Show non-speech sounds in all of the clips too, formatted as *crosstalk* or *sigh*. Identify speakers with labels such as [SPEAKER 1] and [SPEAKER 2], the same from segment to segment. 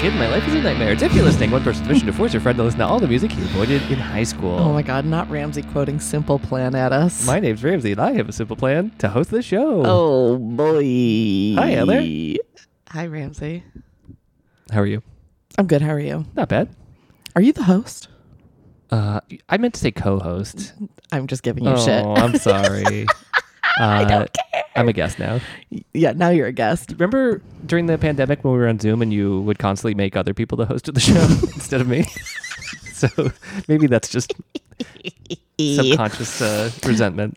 [SPEAKER 1] kid, my life is a nightmare. It's if you're listening, one person's mission to force your friend to listen to all the music he avoided in high school.
[SPEAKER 2] Oh my God, not Ramsey quoting Simple Plan at us.
[SPEAKER 1] My name's Ramsey, and I have a simple plan to host this show.
[SPEAKER 2] oh boy.
[SPEAKER 1] Hi, Heather.
[SPEAKER 2] Hi, Ramsey.
[SPEAKER 1] How are you?
[SPEAKER 2] I'm good. How are you?
[SPEAKER 1] Not bad.
[SPEAKER 2] Are you the host?
[SPEAKER 1] Uh, I meant to say co-host.
[SPEAKER 2] I'm just giving you
[SPEAKER 1] oh,
[SPEAKER 2] shit.
[SPEAKER 1] I'm sorry. *laughs* I
[SPEAKER 2] don't care.
[SPEAKER 1] I'm a guest now.
[SPEAKER 2] *laughs* yeah, now you're a guest.
[SPEAKER 1] Remember during the pandemic when we were on Zoom and you would constantly make other people the host of the show *laughs* instead of me? so maybe that's *laughs* just
[SPEAKER 2] Eh.
[SPEAKER 1] subconscious uh, resentment.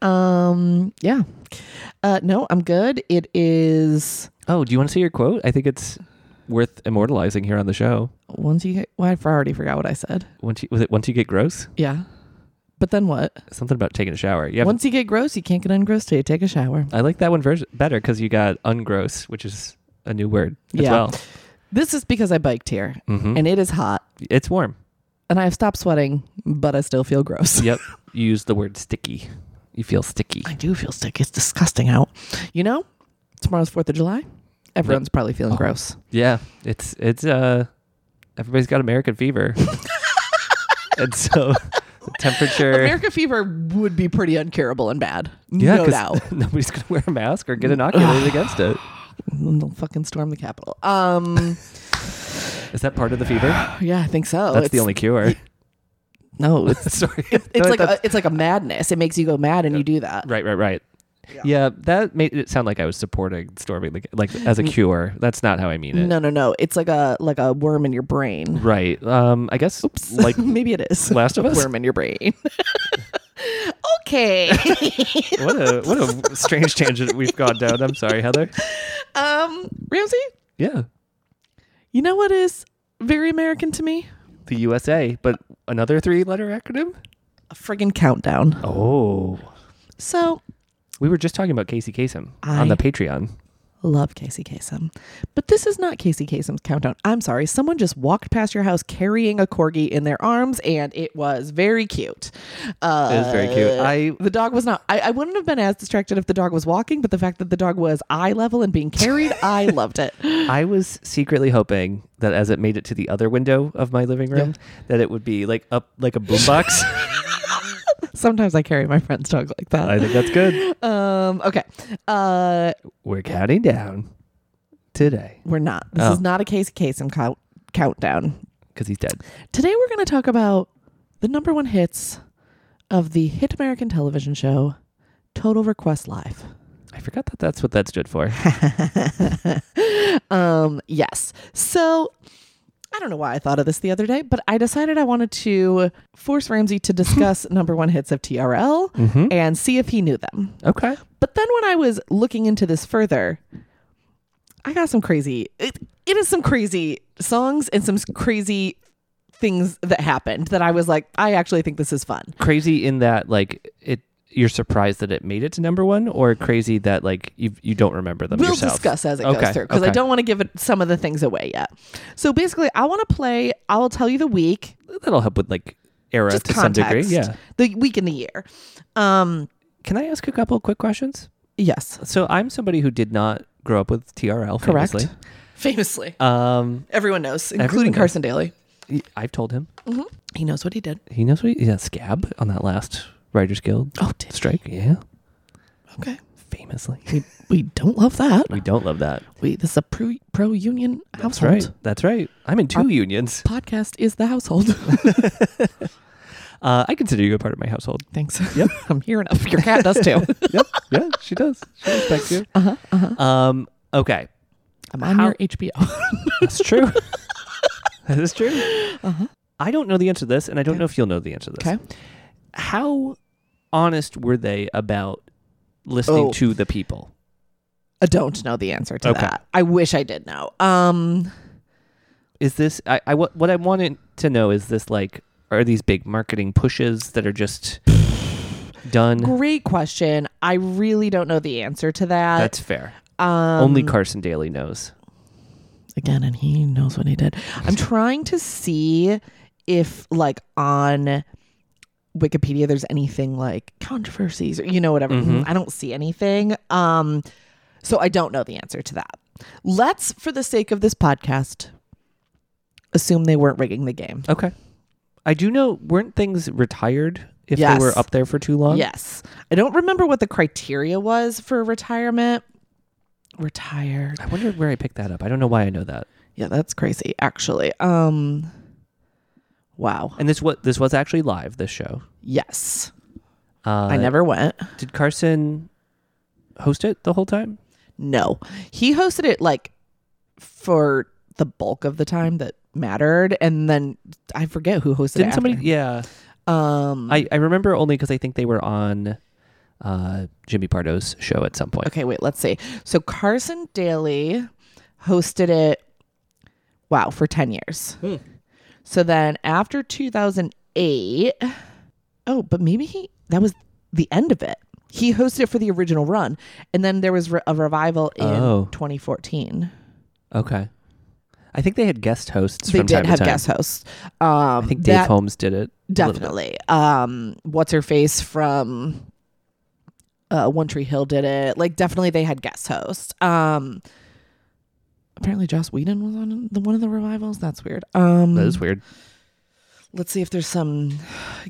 [SPEAKER 2] Um, yeah. Uh, no, I'm good. It is
[SPEAKER 1] Oh, do you want to see your quote? I think it's worth immortalizing here on the show.
[SPEAKER 2] once you get, well, I already forgot what I said.
[SPEAKER 1] Once you, was it once you get gross?
[SPEAKER 2] Yeah. But then what?
[SPEAKER 1] Something about taking a shower. Yeah.
[SPEAKER 2] Once you get gross, you can't get ungross till you take a shower.
[SPEAKER 1] I like that one vers- better because you got ungross, which is a new word as
[SPEAKER 2] Yeah.
[SPEAKER 1] well. Mm-hmm.
[SPEAKER 2] This is because I biked here
[SPEAKER 1] Mm.
[SPEAKER 2] and it is hot
[SPEAKER 1] It's warm.
[SPEAKER 2] and I have stopped sweating, but I still feel gross.
[SPEAKER 1] Yep. *laughs* You use the word sticky. You feel sticky.
[SPEAKER 2] I do feel sick. It's disgusting out. You know, tomorrow's 4th of July. Everyone's probably
[SPEAKER 1] Oh. *laughs*
[SPEAKER 2] feeling gross.
[SPEAKER 1] Yeah, it's it's uh everybody's got American fever. *laughs* and so the temperature
[SPEAKER 2] America fever would be pretty uncurable and bad.
[SPEAKER 1] yeah,
[SPEAKER 2] no
[SPEAKER 1] 'cause *laughs*
[SPEAKER 2] doubt.
[SPEAKER 1] nobody's gonna wear a mask or get
[SPEAKER 2] *sighs*
[SPEAKER 1] inoculated against it.
[SPEAKER 2] And They'll fucking storm the Capitol.
[SPEAKER 1] *laughs*
[SPEAKER 2] Um, oh,
[SPEAKER 1] Is that part of the fever?
[SPEAKER 2] yeah, I think so.
[SPEAKER 1] That's
[SPEAKER 2] it's,
[SPEAKER 1] the only cure. *laughs*
[SPEAKER 2] no. It's,
[SPEAKER 1] Sorry.
[SPEAKER 2] *laughs* it's
[SPEAKER 1] *laughs* No,
[SPEAKER 2] like
[SPEAKER 1] that's-
[SPEAKER 2] a, it's like a madness. It makes you go mad, and you do that.
[SPEAKER 1] right, right, right. Yeah. that made it sound like I was supporting storming the like as a cure. That's not how I mean it.
[SPEAKER 2] No, no, no. It's like a like a worm in your brain.
[SPEAKER 1] Right. Um. I guess *laughs* like
[SPEAKER 2] *laughs* Maybe it is
[SPEAKER 1] Last of Us?
[SPEAKER 2] *laughs* worm in your brain.
[SPEAKER 1] *laughs*
[SPEAKER 2] okay.
[SPEAKER 1] what a what *laughs* a strange tangent we've gone down. I'm sorry, Heather.
[SPEAKER 2] um, Ramsey,
[SPEAKER 1] Yeah,
[SPEAKER 2] you know what is very American to me?
[SPEAKER 1] the USA, but another three letter acronym.
[SPEAKER 2] A friggin' countdown.
[SPEAKER 1] Oh,
[SPEAKER 2] So
[SPEAKER 1] We were just talking about Casey Kasem
[SPEAKER 2] I-
[SPEAKER 1] on the Patreon.
[SPEAKER 2] love Casey Kasem, but this is not Casey Kasem's countdown. I'm sorry. Someone just walked past your house carrying a corgi in their arms, and it was very cute. Uh,
[SPEAKER 1] It was very cute. I
[SPEAKER 2] the dog was not. I, I wouldn't have been as distracted if the dog was walking, but the fact that the dog was eye level and being
[SPEAKER 1] *laughs*
[SPEAKER 2] carried, I loved it.
[SPEAKER 1] I was secretly hoping that as it made it to the other window of my living room, that it would be like up like a boombox.
[SPEAKER 2] *laughs* Sometimes I carry my friend's dog like
[SPEAKER 1] *laughs*
[SPEAKER 2] that.
[SPEAKER 1] I think that's good.
[SPEAKER 2] Um, okay. Uh,
[SPEAKER 1] We're counting down today
[SPEAKER 2] we're not. This
[SPEAKER 1] Oh.
[SPEAKER 2] is not a Casey Kasem count- countdown.
[SPEAKER 1] because he's dead.
[SPEAKER 2] Today we're going to talk about the number one hits of the hit American television show Total Request Live.
[SPEAKER 1] I forgot that that's what that stood for.
[SPEAKER 2] Um, yes. So I don't know why I thought of this the other day, but I decided I wanted to force Ramsey to discuss number one hits of TRL and see if he knew them.
[SPEAKER 1] Okay.
[SPEAKER 2] But then when I was looking into this further, I got some crazy. It, it is some crazy songs and some crazy things that happened that I was like, I actually think this is fun.
[SPEAKER 1] Crazy in that like it you're surprised that it made it to number one, or crazy that like you you don't remember them
[SPEAKER 2] We'll
[SPEAKER 1] yourself.
[SPEAKER 2] discuss as it
[SPEAKER 1] Okay,
[SPEAKER 2] goes through because I
[SPEAKER 1] okay.
[SPEAKER 2] don't want to give it some of the things away yet. So basically, I want to play. I will tell you the week,
[SPEAKER 1] That'll help with like era
[SPEAKER 2] just
[SPEAKER 1] to
[SPEAKER 2] context,
[SPEAKER 1] some degree. Yeah.
[SPEAKER 2] the week and the year. Um,
[SPEAKER 1] Can I ask a couple quick questions?
[SPEAKER 2] yes,
[SPEAKER 1] So I'm somebody who did not grow up with TRL.
[SPEAKER 2] correct.
[SPEAKER 1] Famously.
[SPEAKER 2] Famously,
[SPEAKER 1] Um,
[SPEAKER 2] everyone knows,
[SPEAKER 1] everyone
[SPEAKER 2] including
[SPEAKER 1] knows.
[SPEAKER 2] Carson Daly.
[SPEAKER 1] y- I've told him
[SPEAKER 2] He knows what he did.
[SPEAKER 1] he knows what he, yeah scab on that last Writers Guild
[SPEAKER 2] Oh, did
[SPEAKER 1] strike. Yeah,
[SPEAKER 2] okay.
[SPEAKER 1] famously.
[SPEAKER 2] We, we don't love that.
[SPEAKER 1] We don't love that.
[SPEAKER 2] We this is a pro pro union
[SPEAKER 1] That's
[SPEAKER 2] household.
[SPEAKER 1] right. That's right. I'm in two unions.
[SPEAKER 2] Podcast is the household. *laughs*
[SPEAKER 1] Uh, I consider you a part of my
[SPEAKER 2] *laughs*
[SPEAKER 1] household.
[SPEAKER 2] Thanks. Yep. I'm here enough. Your cat does
[SPEAKER 1] *laughs*
[SPEAKER 2] too.
[SPEAKER 1] yep. Yeah, she does. She respects you. Uh huh. Uh-huh. Um. Okay.
[SPEAKER 2] I'm on
[SPEAKER 1] How-
[SPEAKER 2] your HBO.
[SPEAKER 1] That's true. *laughs* that is true. I don't know the answer to this, and I don't know if you'll know the answer to this.
[SPEAKER 2] Uh-huh. Okay.
[SPEAKER 1] How honest were they about listening
[SPEAKER 2] Oh.
[SPEAKER 1] to the people?
[SPEAKER 2] *laughs* I don't know the answer to
[SPEAKER 1] Okay.
[SPEAKER 2] that. I wish I did know. Um
[SPEAKER 1] is this I, I what what I wanted to know is this like are these big marketing pushes that are
[SPEAKER 2] *sighs*
[SPEAKER 1] just done?
[SPEAKER 2] great question. I really don't know the answer to that.
[SPEAKER 1] That's fair.
[SPEAKER 2] um
[SPEAKER 1] Only Carson Daly knows.
[SPEAKER 2] again and he knows what he did. I'm trying to see if like on Wikipedia there's anything like controversies or you know whatever. I don't see anything. Um so I don't know the answer to that. Let's, for the sake of this podcast, assume they weren't rigging the game.
[SPEAKER 1] Okay. I do know weren't things retired if
[SPEAKER 2] Yes.
[SPEAKER 1] they were up there for too long?
[SPEAKER 2] Yes. I don't remember what the criteria was for retirement. Retired.
[SPEAKER 1] I wonder where I picked that up. I don't know why I know that.
[SPEAKER 2] Yeah, that's crazy, actually. Um Wow.
[SPEAKER 1] And this was this was actually live. This show.
[SPEAKER 2] Yes.
[SPEAKER 1] Uh,
[SPEAKER 2] I never went.
[SPEAKER 1] did. Carson host it the whole time.
[SPEAKER 2] No. He hosted it like for the bulk of the time that mattered and then I forget who hosted
[SPEAKER 1] Didn't
[SPEAKER 2] it.
[SPEAKER 1] somebody?
[SPEAKER 2] after.
[SPEAKER 1] Yeah,
[SPEAKER 2] um
[SPEAKER 1] I, I remember only because I think they were on uh, Jimmy Pardo's show at some point.
[SPEAKER 2] Okay, wait, let's see. So Carson Daly hosted it, wow, for 10 years.
[SPEAKER 1] Hmm.
[SPEAKER 2] So then after 2008, oh, but maybe he, that was the end of it. He hosted it for the original run. And then there was re- a revival in
[SPEAKER 1] Oh.
[SPEAKER 2] 2014.
[SPEAKER 1] Okay. I think they had guest hosts.
[SPEAKER 2] They
[SPEAKER 1] from
[SPEAKER 2] did
[SPEAKER 1] time
[SPEAKER 2] have
[SPEAKER 1] to time.
[SPEAKER 2] guest hosts. Um,
[SPEAKER 1] I think Dave
[SPEAKER 2] that-
[SPEAKER 1] Holmes did it. a little bit.
[SPEAKER 2] Definitely. Um, what's her face from uh, One Tree Hill did it. Like, definitely they had guest hosts. Um, apparently Joss Whedon was on the one of the revivals. That's weird. Um,
[SPEAKER 1] That is weird.
[SPEAKER 2] Let's see if there's some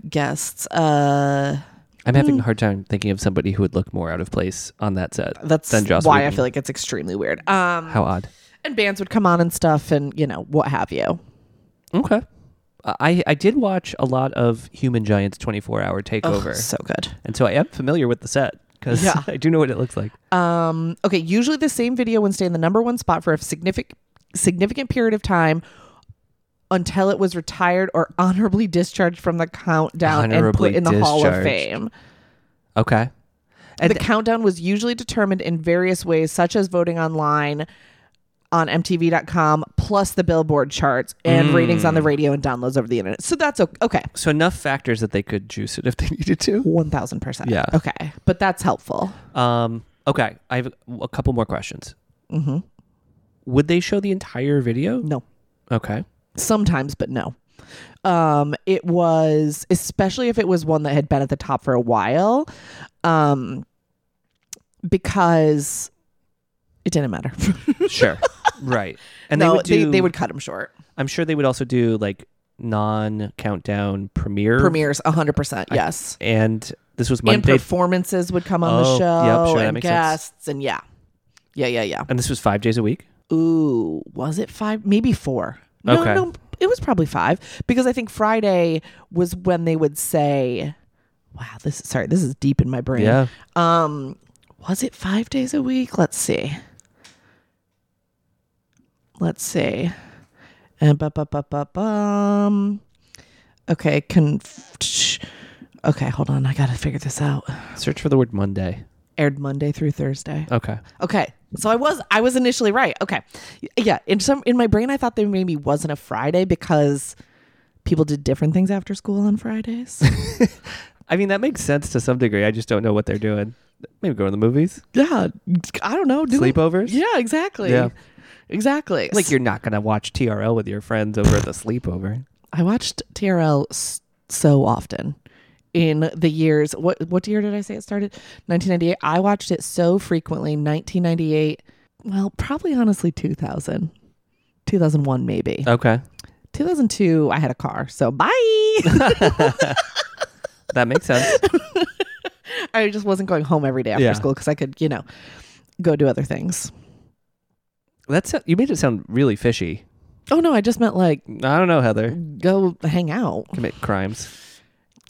[SPEAKER 2] guests. Uh,
[SPEAKER 1] I'm having a hard time thinking of somebody who would look more out of place on that set.
[SPEAKER 2] that's
[SPEAKER 1] Then Joss
[SPEAKER 2] why I
[SPEAKER 1] Whedon.
[SPEAKER 2] feel like it's extremely weird. Um,
[SPEAKER 1] How odd.
[SPEAKER 2] and bands would come on and stuff, and you know what have you.
[SPEAKER 1] Okay. Uh, I, I did watch a lot of Human Giant's 24 hour
[SPEAKER 2] Ugh,
[SPEAKER 1] takeover.
[SPEAKER 2] Oh, *laughs* so good.
[SPEAKER 1] and so I am familiar with the set because
[SPEAKER 2] Yeah.
[SPEAKER 1] *laughs* I do know what it looks like.
[SPEAKER 2] Um, okay, usually the same video would stay in the number one spot for a significant significant period of time until it was retired or honorably discharged from the countdown and put
[SPEAKER 1] Honorably
[SPEAKER 2] in the Hall of
[SPEAKER 1] discharged.
[SPEAKER 2] Fame.
[SPEAKER 1] Okay. And
[SPEAKER 2] the countdown was usually determined in various ways, such as voting online on MTV.com, plus the Billboard charts and ratings
[SPEAKER 1] Mm.
[SPEAKER 2] on the radio and downloads over the internet. So that's o- okay.
[SPEAKER 1] so enough factors that they could juice it if they *laughs* needed to.
[SPEAKER 2] One thousand percent.
[SPEAKER 1] Yeah.
[SPEAKER 2] Okay, but that's helpful.
[SPEAKER 1] Um, okay. I have a couple more questions.
[SPEAKER 2] hmm
[SPEAKER 1] Would they show the entire video?
[SPEAKER 2] No.
[SPEAKER 1] Okay.
[SPEAKER 2] sometimes but no um it was especially if it was one that had been at the top for a while um because it didn't matter *laughs*
[SPEAKER 1] Sure. right. And
[SPEAKER 2] no,
[SPEAKER 1] they would do,
[SPEAKER 2] they, they would cut them short
[SPEAKER 1] I'm sure they would also do like non countdown premiere
[SPEAKER 2] premieres 100%
[SPEAKER 1] I-
[SPEAKER 2] yes
[SPEAKER 1] and this was
[SPEAKER 2] and
[SPEAKER 1] Monday, and,
[SPEAKER 2] performances would come on the
[SPEAKER 1] Oh,
[SPEAKER 2] show
[SPEAKER 1] yep, sure, that
[SPEAKER 2] and
[SPEAKER 1] makes sense.
[SPEAKER 2] guests and yeah yeah yeah yeah
[SPEAKER 1] this was five days a week.
[SPEAKER 2] ooh, was it five? Maybe four. No,
[SPEAKER 1] Okay.
[SPEAKER 2] no, it was probably five because I think Friday was when they would say, "Wow, this is sorry, this is deep in my brain."
[SPEAKER 1] Yeah.
[SPEAKER 2] Um, was it five days a week? Let's see. Let's see. And bu- bu- bu- bu- bum. Okay, can. Okay, hold on. I gotta figure this out.
[SPEAKER 1] Search for the word Monday.
[SPEAKER 2] Aired Monday through Thursday.
[SPEAKER 1] Okay.
[SPEAKER 2] Okay. So I was I was initially right. Okay. Y- Yeah, in some in my brain I thought there maybe wasn't a Friday because people did different things after school on Fridays.
[SPEAKER 1] I mean, that makes sense to some degree. I just don't know what they're doing. Maybe go to the movies,
[SPEAKER 2] *laughs* yeah, I don't know. do-
[SPEAKER 1] sleepovers.
[SPEAKER 2] Yeah, exactly.
[SPEAKER 1] Yeah.
[SPEAKER 2] Exactly.
[SPEAKER 1] Like you're not gonna watch TRL with your friends over at the sleepover.
[SPEAKER 2] I watched TRL s- so often in the years. What what year did I say it started? 1998. I watched it so frequently. 1998. Well, probably honestly 2000. 2001 maybe.
[SPEAKER 1] Okay,
[SPEAKER 2] 2002 I had a car. So bye.
[SPEAKER 1] *laughs* that makes sense.
[SPEAKER 2] *laughs* I just wasn't going home every day after
[SPEAKER 1] Yeah.
[SPEAKER 2] school because I could, you know, go do other things.
[SPEAKER 1] That's you made it sound really fishy.
[SPEAKER 2] Oh no, I just meant like
[SPEAKER 1] I don't know, Heather.
[SPEAKER 2] go hang out.
[SPEAKER 1] Commit crimes,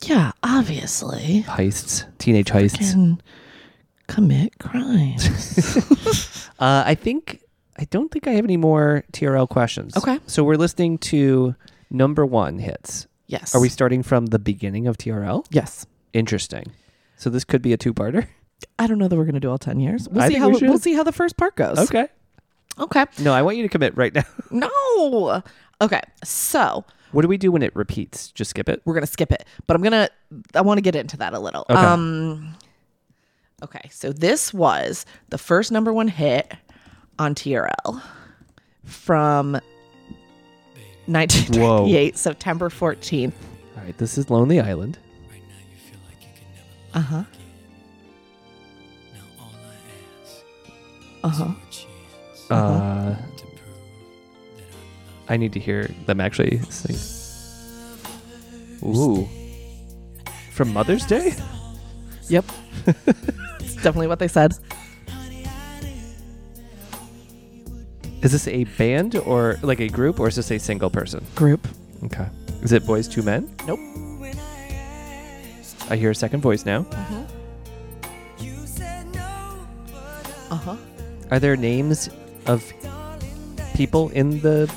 [SPEAKER 2] Yeah, obviously.
[SPEAKER 1] heists, teenage heists.
[SPEAKER 2] Can commit crimes.
[SPEAKER 1] Uh, I think I don't think I have any more TRL questions.
[SPEAKER 2] Okay.
[SPEAKER 1] So we're listening to number one hits.
[SPEAKER 2] yes.
[SPEAKER 1] Are we starting from the beginning of TRL?
[SPEAKER 2] Yes.
[SPEAKER 1] Interesting. So this could be a two-parter.
[SPEAKER 2] I don't know that we're gonna do all ten years. We'll
[SPEAKER 1] I
[SPEAKER 2] see
[SPEAKER 1] think
[SPEAKER 2] how
[SPEAKER 1] we should.
[SPEAKER 2] will see how the first part goes.
[SPEAKER 1] *laughs* Okay.
[SPEAKER 2] Okay.
[SPEAKER 1] No, I want you to commit right now.
[SPEAKER 2] No. Okay. So
[SPEAKER 1] What do we do when it repeats? Just skip it.
[SPEAKER 2] we're gonna skip it, but I'm gonna I want to get into that a little.
[SPEAKER 1] Okay.
[SPEAKER 2] Um. Okay. So this was the first number one hit on TRL from 1998, September 14th.
[SPEAKER 1] All right, this is Lonely Island.
[SPEAKER 3] Right now you feel like you can never
[SPEAKER 2] Uh
[SPEAKER 3] love
[SPEAKER 2] huh. Uh huh.
[SPEAKER 3] again. Now all I ask for a chance.
[SPEAKER 1] Uh,
[SPEAKER 3] to prove that I'm loved.
[SPEAKER 1] I need to hear them actually sing. Ooh. From Mother's Day?
[SPEAKER 2] Yep. it's definitely what they said.
[SPEAKER 1] Is this a band or like a group or is this a single person?
[SPEAKER 2] Group.
[SPEAKER 1] Okay. Is it Boys Two Men?
[SPEAKER 2] Nope.
[SPEAKER 1] I hear a second voice now.
[SPEAKER 2] Uh huh.
[SPEAKER 1] Are there names of people in the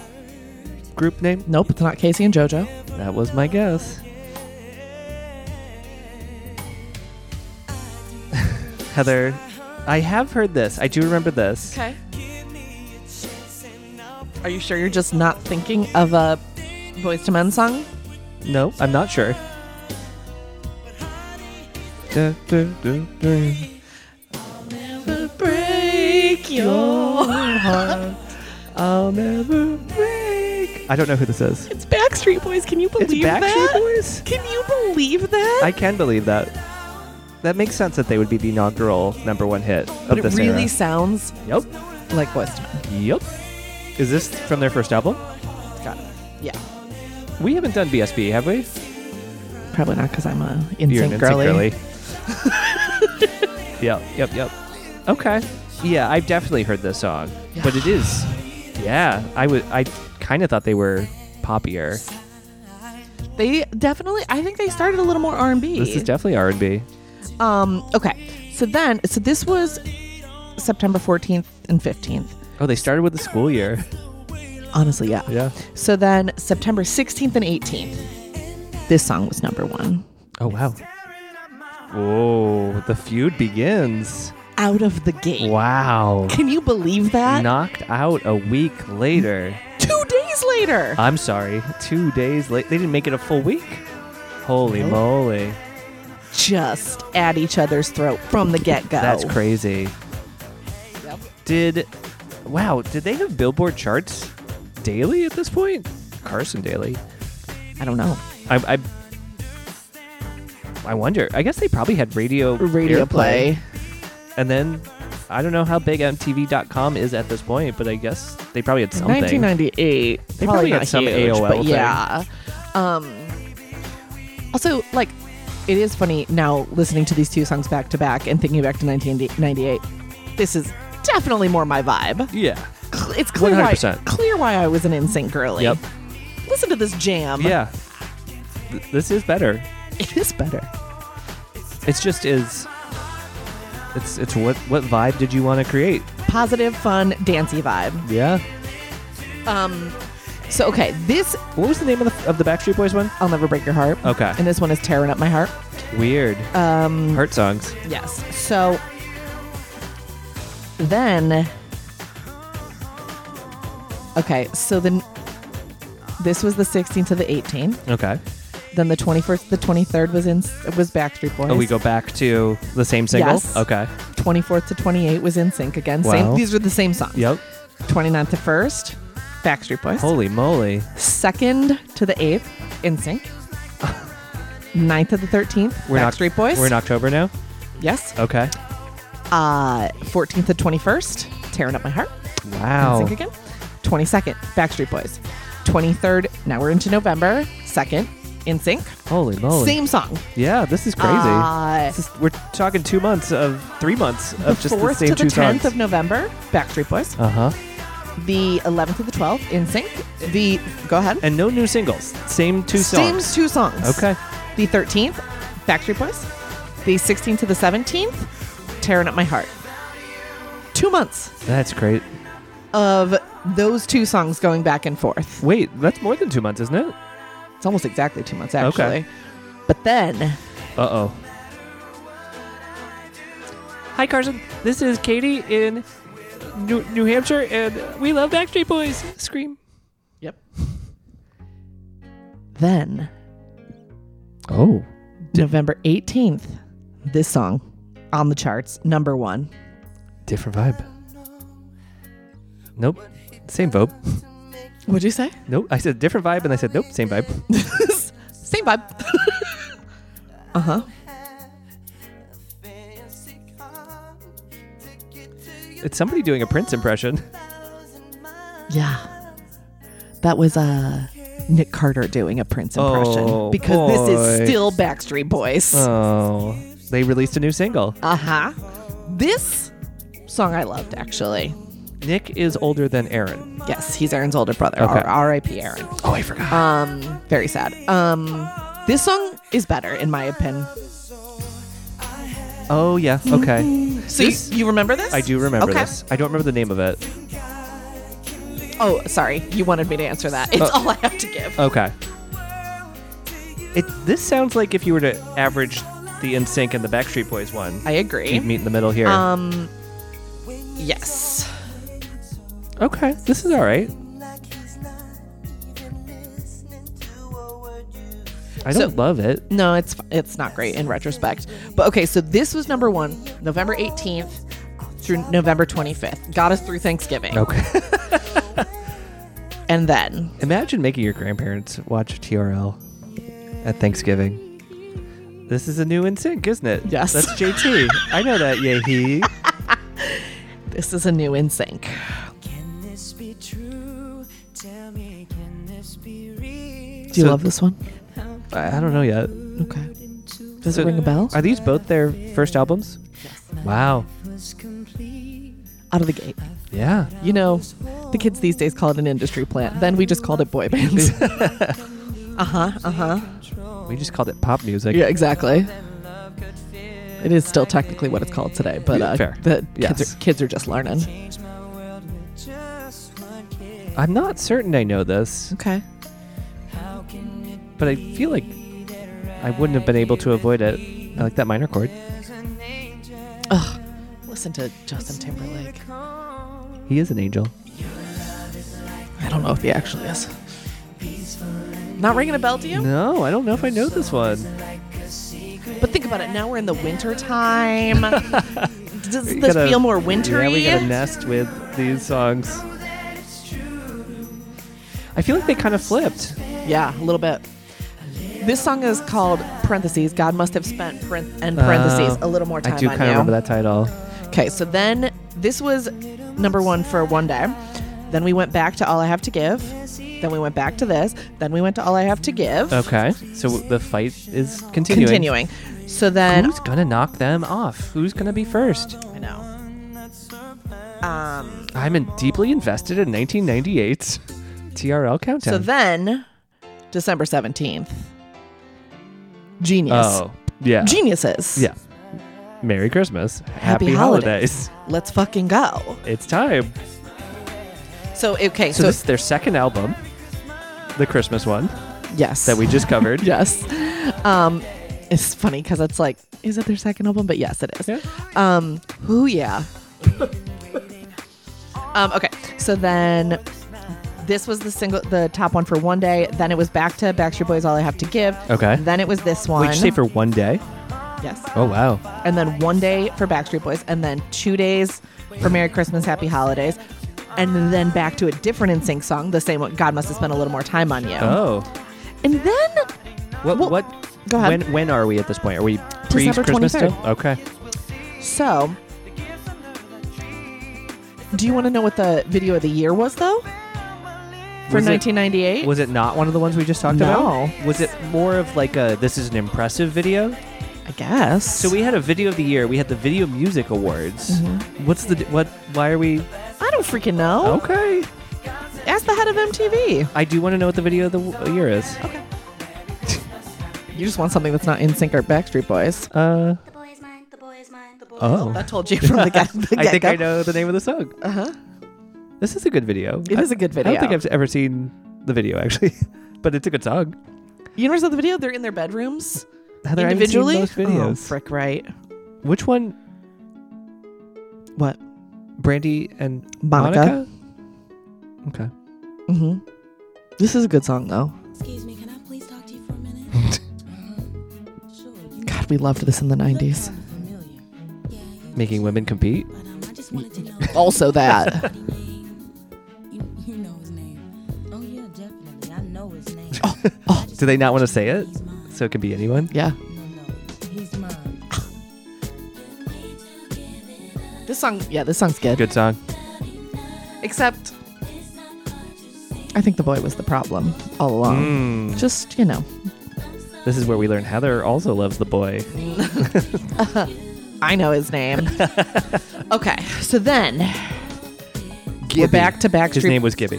[SPEAKER 1] group name?
[SPEAKER 2] Nope, it's not Casey and JoJo.
[SPEAKER 1] That was my guess. *laughs* Heather, I have heard this. I do remember this.
[SPEAKER 2] Okay. Are you sure you're just not thinking of a Boys to Men song?
[SPEAKER 1] No, I'm not sure. Da, da, da, da.
[SPEAKER 2] Break
[SPEAKER 1] I'll never break. I don't know who this is.
[SPEAKER 2] It's Backstreet Boys. Can you believe
[SPEAKER 1] It's Backstreet
[SPEAKER 2] that?
[SPEAKER 1] Boys?
[SPEAKER 2] Can you believe that?
[SPEAKER 1] I can believe that. That makes sense that they would be the inaugural number one hit of
[SPEAKER 2] but it
[SPEAKER 1] this
[SPEAKER 2] really
[SPEAKER 1] era.
[SPEAKER 2] sounds
[SPEAKER 1] Yep.
[SPEAKER 2] like Boys to Men.
[SPEAKER 1] Yep. Is this from their first album?
[SPEAKER 2] Got it. Yeah.
[SPEAKER 1] We haven't done BSB, have we?
[SPEAKER 2] Probably not because I'm a
[SPEAKER 1] You're an NSYNC
[SPEAKER 2] insane girly. *laughs*
[SPEAKER 1] girly. yep, yep, yep. Okay. Yeah, I've definitely heard this song, but it is. Yeah, I would. I kind of thought they were poppier.
[SPEAKER 2] They definitely. I think they started a little more R and B.
[SPEAKER 1] This is definitely R and B.
[SPEAKER 2] um. Okay. So then, so this was September 14th and 15th.
[SPEAKER 1] Oh, they started with the school year.
[SPEAKER 2] Honestly, yeah.
[SPEAKER 1] Yeah.
[SPEAKER 2] So then September 16th and 18th, this song was number one.
[SPEAKER 1] Oh wow. Whoa, the feud begins.
[SPEAKER 2] Out of the gate.
[SPEAKER 1] Wow.
[SPEAKER 2] Can you believe that?
[SPEAKER 1] Knocked out a week later.
[SPEAKER 2] Two days later.
[SPEAKER 1] I'm sorry, two days late. They didn't make it a full week. Holy
[SPEAKER 2] Nope.
[SPEAKER 1] moly.
[SPEAKER 2] Just at each other's throat from the get go.
[SPEAKER 1] That's crazy.
[SPEAKER 2] Yep.
[SPEAKER 1] Did wow? Did they have Billboard charts daily at this point? Carson daily.
[SPEAKER 2] I don't know.
[SPEAKER 1] I I, I wonder. I guess they probably had radio
[SPEAKER 2] Radio
[SPEAKER 1] airplay.
[SPEAKER 2] play.
[SPEAKER 1] and then I don't know how big MTV.com is at this point, but I guess they probably had something.
[SPEAKER 2] 1998.
[SPEAKER 1] They probably had
[SPEAKER 2] not
[SPEAKER 1] some
[SPEAKER 2] huge,
[SPEAKER 1] AOL
[SPEAKER 2] but
[SPEAKER 1] thing.
[SPEAKER 2] Yeah. Um, also, like, it is funny now listening to these two songs back to back and thinking back to 1998. This is definitely more my vibe.
[SPEAKER 1] Yeah.
[SPEAKER 2] Cl- It's clear why
[SPEAKER 1] 100%.
[SPEAKER 2] clear why I was an NSYNC girly.
[SPEAKER 1] Yep.
[SPEAKER 2] Listen to this jam.
[SPEAKER 1] Yeah. Th- this is better.
[SPEAKER 2] It is better.
[SPEAKER 1] It's just is. It's it's what what vibe did you want to create?
[SPEAKER 2] Positive, fun, dancey vibe.
[SPEAKER 1] Yeah.
[SPEAKER 2] Um, so okay, this
[SPEAKER 1] What was the name of the of the Backstreet Boys one?
[SPEAKER 2] I'll never break your heart.
[SPEAKER 1] Okay.
[SPEAKER 2] And this one is tearing up my heart.
[SPEAKER 1] Weird.
[SPEAKER 2] Um,
[SPEAKER 1] Heart songs.
[SPEAKER 2] Yes. So then, okay. So then, this was the 16th to the 18th.
[SPEAKER 1] Okay.
[SPEAKER 2] Then the 21st, the 23rd was in was Backstreet Boys.
[SPEAKER 1] Oh, we go back to the same single?
[SPEAKER 2] Yes.
[SPEAKER 1] Okay.
[SPEAKER 2] 24th to 28th was in sync again.
[SPEAKER 1] Wow.
[SPEAKER 2] Same. These were the same songs.
[SPEAKER 1] Yep.
[SPEAKER 2] 29th to first, Backstreet Boys.
[SPEAKER 1] Holy moly.
[SPEAKER 2] Second to the eighth, in sync.
[SPEAKER 1] *laughs*
[SPEAKER 2] 9th to the 13th,
[SPEAKER 1] We're in Oc-
[SPEAKER 2] Backstreet Boys.
[SPEAKER 1] We're in October now?
[SPEAKER 2] Yes.
[SPEAKER 1] Okay.
[SPEAKER 2] Uh, 14th to 21st, Tearing Up My Heart.
[SPEAKER 1] Wow.
[SPEAKER 2] NSYNC again. 22nd, Backstreet Boys. 23rd, now we're into November. 2nd, In Sync.
[SPEAKER 1] Holy moly.
[SPEAKER 2] Same song.
[SPEAKER 1] Yeah, this is crazy.
[SPEAKER 2] Uh,
[SPEAKER 1] This is- we're talking two months of three months of just the
[SPEAKER 2] 4th
[SPEAKER 1] same
[SPEAKER 2] to
[SPEAKER 1] two
[SPEAKER 2] the 10th
[SPEAKER 1] songs.
[SPEAKER 2] of November, Backstreet Boys.
[SPEAKER 1] uh huh.
[SPEAKER 2] The 11th to the 12th, In Sync. The, go ahead.
[SPEAKER 1] And no new singles. Same two
[SPEAKER 2] Same
[SPEAKER 1] songs.
[SPEAKER 2] two songs.
[SPEAKER 1] Okay.
[SPEAKER 2] The 13th, Backstreet Boys. The 16th to the 17th, Tearing Up My Heart. Two months
[SPEAKER 1] That's great.
[SPEAKER 2] of those two songs going back and forth.
[SPEAKER 1] Wait, that's more than two months, isn't it?
[SPEAKER 2] It's almost exactly two months,
[SPEAKER 1] Okay.
[SPEAKER 2] actually. But then
[SPEAKER 1] Uh oh. Hi, Carson. This is Katie in New, New Hampshire, and we love Backstreet Boys. Scream.
[SPEAKER 2] Yep. Then
[SPEAKER 1] Oh.
[SPEAKER 2] November 18th, this song on the charts, number one.
[SPEAKER 1] Different vibe. Nope. Same vibe.
[SPEAKER 2] What'd you say?
[SPEAKER 1] Nope. I said different vibe, and I said nope. Same vibe.
[SPEAKER 2] *laughs* Same vibe.
[SPEAKER 1] *laughs*
[SPEAKER 2] uh
[SPEAKER 1] Uh-huh.
[SPEAKER 2] huh.
[SPEAKER 1] It's somebody doing a Prince impression.
[SPEAKER 2] Yeah. That was uh, Nick Carter doing a Prince impression
[SPEAKER 1] Oh,
[SPEAKER 2] because this
[SPEAKER 1] boy.
[SPEAKER 2] is still Backstreet Boys.
[SPEAKER 1] Oh, they released a new single.
[SPEAKER 2] Uh huh. This song I loved actually.
[SPEAKER 1] Nick is older than Aaron.
[SPEAKER 2] Yes, he's Aaron's older brother.
[SPEAKER 1] Okay.
[SPEAKER 2] R- R.I.P. Aaron.
[SPEAKER 1] Oh, I forgot.
[SPEAKER 2] Um, very sad. Um, this song is better in my opinion.
[SPEAKER 1] Oh yeah. Okay.
[SPEAKER 2] So you,
[SPEAKER 1] This-
[SPEAKER 2] you remember this?
[SPEAKER 1] I do remember
[SPEAKER 2] Okay.
[SPEAKER 1] this. I don't remember the name of it.
[SPEAKER 2] Oh, sorry. You wanted me to answer that. It's
[SPEAKER 1] Oh.
[SPEAKER 2] all I have to give.
[SPEAKER 1] Okay. It this sounds like if you were to average the NSYNC and the Backstreet Boys one,
[SPEAKER 2] I agree.
[SPEAKER 1] you'd meet in the middle here.
[SPEAKER 2] Um, yes.
[SPEAKER 1] okay, this is all right. I
[SPEAKER 2] So-
[SPEAKER 1] don't love it.
[SPEAKER 2] No, it's it's not great in retrospect. But okay, so this was number one, November eighteenth through November twenty fifth. Got us through Thanksgiving,
[SPEAKER 1] Okay. *laughs*
[SPEAKER 2] and then
[SPEAKER 1] Imagine making your grandparents watch TRL at Thanksgiving. This is a new NSYNC, isn't it?
[SPEAKER 2] Yes.
[SPEAKER 1] That's
[SPEAKER 2] *laughs*
[SPEAKER 1] JT. I know that, yay he.
[SPEAKER 2] this is a new in sync.
[SPEAKER 3] Can this be true? Tell me, can this be real?
[SPEAKER 2] Do you
[SPEAKER 1] So-
[SPEAKER 2] love this one?
[SPEAKER 1] I I don't know yet.
[SPEAKER 2] Okay. Does
[SPEAKER 1] So-
[SPEAKER 2] it ring a bell?
[SPEAKER 1] Are these both their first albums? Wow.
[SPEAKER 3] Was complete.
[SPEAKER 2] Out of the gate.
[SPEAKER 1] Yeah.
[SPEAKER 2] You know, the kids these days call it an industry plant. Then we just called it boy
[SPEAKER 1] *laughs*
[SPEAKER 2] bands. *laughs* uh huh. Uh huh.
[SPEAKER 1] We just called it pop music.
[SPEAKER 2] Yeah, exactly. It is still technically what it's called today, but
[SPEAKER 1] Yeah,
[SPEAKER 2] uh,
[SPEAKER 1] fair.
[SPEAKER 2] the kids
[SPEAKER 1] Yes.
[SPEAKER 2] are, kids are just learning.
[SPEAKER 3] Change my world with just one kiss.
[SPEAKER 1] I'm not certain I know this,
[SPEAKER 2] Okay.
[SPEAKER 3] How can it
[SPEAKER 1] but I feel like I wouldn't have been able to avoid it. I like that minor chord.
[SPEAKER 3] is an angel?
[SPEAKER 2] Ugh. Listen to Justin Timberlake.
[SPEAKER 3] Calm.
[SPEAKER 1] He is an angel.
[SPEAKER 2] I don't know if he actually is. Not ringing a bell to you?
[SPEAKER 1] No, I don't know if I know this one.
[SPEAKER 2] But think about it. Now we're in the
[SPEAKER 1] *laughs*
[SPEAKER 2] winter time. Does
[SPEAKER 1] We
[SPEAKER 2] this
[SPEAKER 1] gotta-
[SPEAKER 2] feel more wintry?
[SPEAKER 1] Yeah, we got to nest with these songs. I feel like they kind of flipped.
[SPEAKER 2] Yeah, a little bit. This song is called parentheses. God must have spent parent- and parentheses
[SPEAKER 1] Oh,
[SPEAKER 2] a little more time
[SPEAKER 1] I do
[SPEAKER 2] on
[SPEAKER 1] kind of
[SPEAKER 2] you.
[SPEAKER 1] remember that title.
[SPEAKER 2] Okay, so then this was number one for one day. Then we went back to All I Have to Give. Then we went back to this. Then we went to All I Have to Give.
[SPEAKER 1] Okay, so the fight is Uh, continuing.
[SPEAKER 2] Continuing. So then
[SPEAKER 1] Who's gonna knock them off? Who's gonna be first?
[SPEAKER 2] I know. Um,
[SPEAKER 1] I'm in deeply invested in 1998's TRL countdown.
[SPEAKER 2] so then December 17th. Genius.
[SPEAKER 1] oh yeah,
[SPEAKER 2] Geniuses.
[SPEAKER 1] yeah. Merry Christmas, Happy,
[SPEAKER 2] holidays.
[SPEAKER 1] holidays.
[SPEAKER 2] Let's fucking go.
[SPEAKER 1] It's time.
[SPEAKER 2] So okay,
[SPEAKER 1] So,
[SPEAKER 2] so,
[SPEAKER 1] this is their second album, the Christmas one
[SPEAKER 2] yes.
[SPEAKER 1] that we just covered.
[SPEAKER 2] yes. Um, it's funny because it's like, is it their second album? But yes, it is.
[SPEAKER 1] Yeah.
[SPEAKER 2] Um, who yeah. um, okay. So then this was the single the top one for one day, then it was back to Backstreet Boys All I Have to Give.
[SPEAKER 1] Okay.
[SPEAKER 2] Then it was this one.
[SPEAKER 1] Would you say for one day?
[SPEAKER 2] yes.
[SPEAKER 1] Oh wow.
[SPEAKER 2] And then one day for Backstreet Boys, and then two days for Merry Christmas, Happy Holidays. And then back to a different in sync song, the same one God must have spent a little more time on you.
[SPEAKER 1] Oh.
[SPEAKER 2] And then
[SPEAKER 1] What?
[SPEAKER 2] Well,
[SPEAKER 1] what?
[SPEAKER 2] go ahead.
[SPEAKER 1] When? When are we at this point? Are we pre
[SPEAKER 2] December
[SPEAKER 1] Christmas
[SPEAKER 2] 23rd.
[SPEAKER 1] still? Okay.
[SPEAKER 2] So, do you want to know what the video of the year was, though? For
[SPEAKER 1] Was it-
[SPEAKER 2] 1998?
[SPEAKER 1] Was it not one of the ones we just talked
[SPEAKER 2] No.
[SPEAKER 1] about? Was it more of like a this is an impressive video?
[SPEAKER 2] I guess.
[SPEAKER 1] So we had a video of the year. We had the Video Music Awards.
[SPEAKER 2] Mm-hmm.
[SPEAKER 1] What's the what? Why are we?
[SPEAKER 2] I don't freaking know.
[SPEAKER 1] Okay. Oh.
[SPEAKER 2] Ask the head of MTV.
[SPEAKER 1] I do want to know what the video of the w- year is.
[SPEAKER 2] Okay. you just want something that's not in sync or Backstreet Boys.
[SPEAKER 1] Uh
[SPEAKER 4] The boy is mine. The boy is mine. The boy
[SPEAKER 1] oh.
[SPEAKER 2] That told you
[SPEAKER 1] *laughs*
[SPEAKER 2] from the get the
[SPEAKER 1] I think
[SPEAKER 2] get-go.
[SPEAKER 1] I know the name of the song.
[SPEAKER 2] Uh huh.
[SPEAKER 1] This is a good video.
[SPEAKER 2] It
[SPEAKER 1] I-
[SPEAKER 2] is a good
[SPEAKER 1] I
[SPEAKER 2] video.
[SPEAKER 1] don't think I've ever seen the video actually, *laughs* but it's a good song.
[SPEAKER 2] You never saw the video? They're in their bedrooms
[SPEAKER 1] Heather, I haven't seen
[SPEAKER 2] individually.
[SPEAKER 1] those
[SPEAKER 2] Oh,
[SPEAKER 1] videos.
[SPEAKER 2] frick, right?
[SPEAKER 1] Which one?
[SPEAKER 2] What?
[SPEAKER 1] Brandy and
[SPEAKER 2] Monica.
[SPEAKER 1] Okay.
[SPEAKER 2] Mm-hmm. This is a good song, though.
[SPEAKER 4] Excuse me, can I please talk to you for a minute? Sure. You
[SPEAKER 2] God, we loved this in the 90s.
[SPEAKER 4] look familiar. Yeah, you
[SPEAKER 1] Making women compete.
[SPEAKER 4] But um, I just wanted
[SPEAKER 1] *laughs*
[SPEAKER 4] to know.
[SPEAKER 2] Also, that.
[SPEAKER 4] his name. You, you know his name. Oh yeah, definitely. I know his name.
[SPEAKER 2] oh.
[SPEAKER 1] Do they not want to say it?
[SPEAKER 4] He's mine.
[SPEAKER 1] So it can be anyone.
[SPEAKER 2] Yeah.
[SPEAKER 4] No, no, he's mine.
[SPEAKER 2] This song, yeah, this song's good.
[SPEAKER 1] Good song.
[SPEAKER 2] Except I think the boy was the problem all along.
[SPEAKER 1] Mm.
[SPEAKER 2] Just, you know,
[SPEAKER 1] This is where we learn Heather also loves the boy.
[SPEAKER 2] I know his name. *laughs* okay, so then we're back to Backstreet.
[SPEAKER 1] His name was Gibby.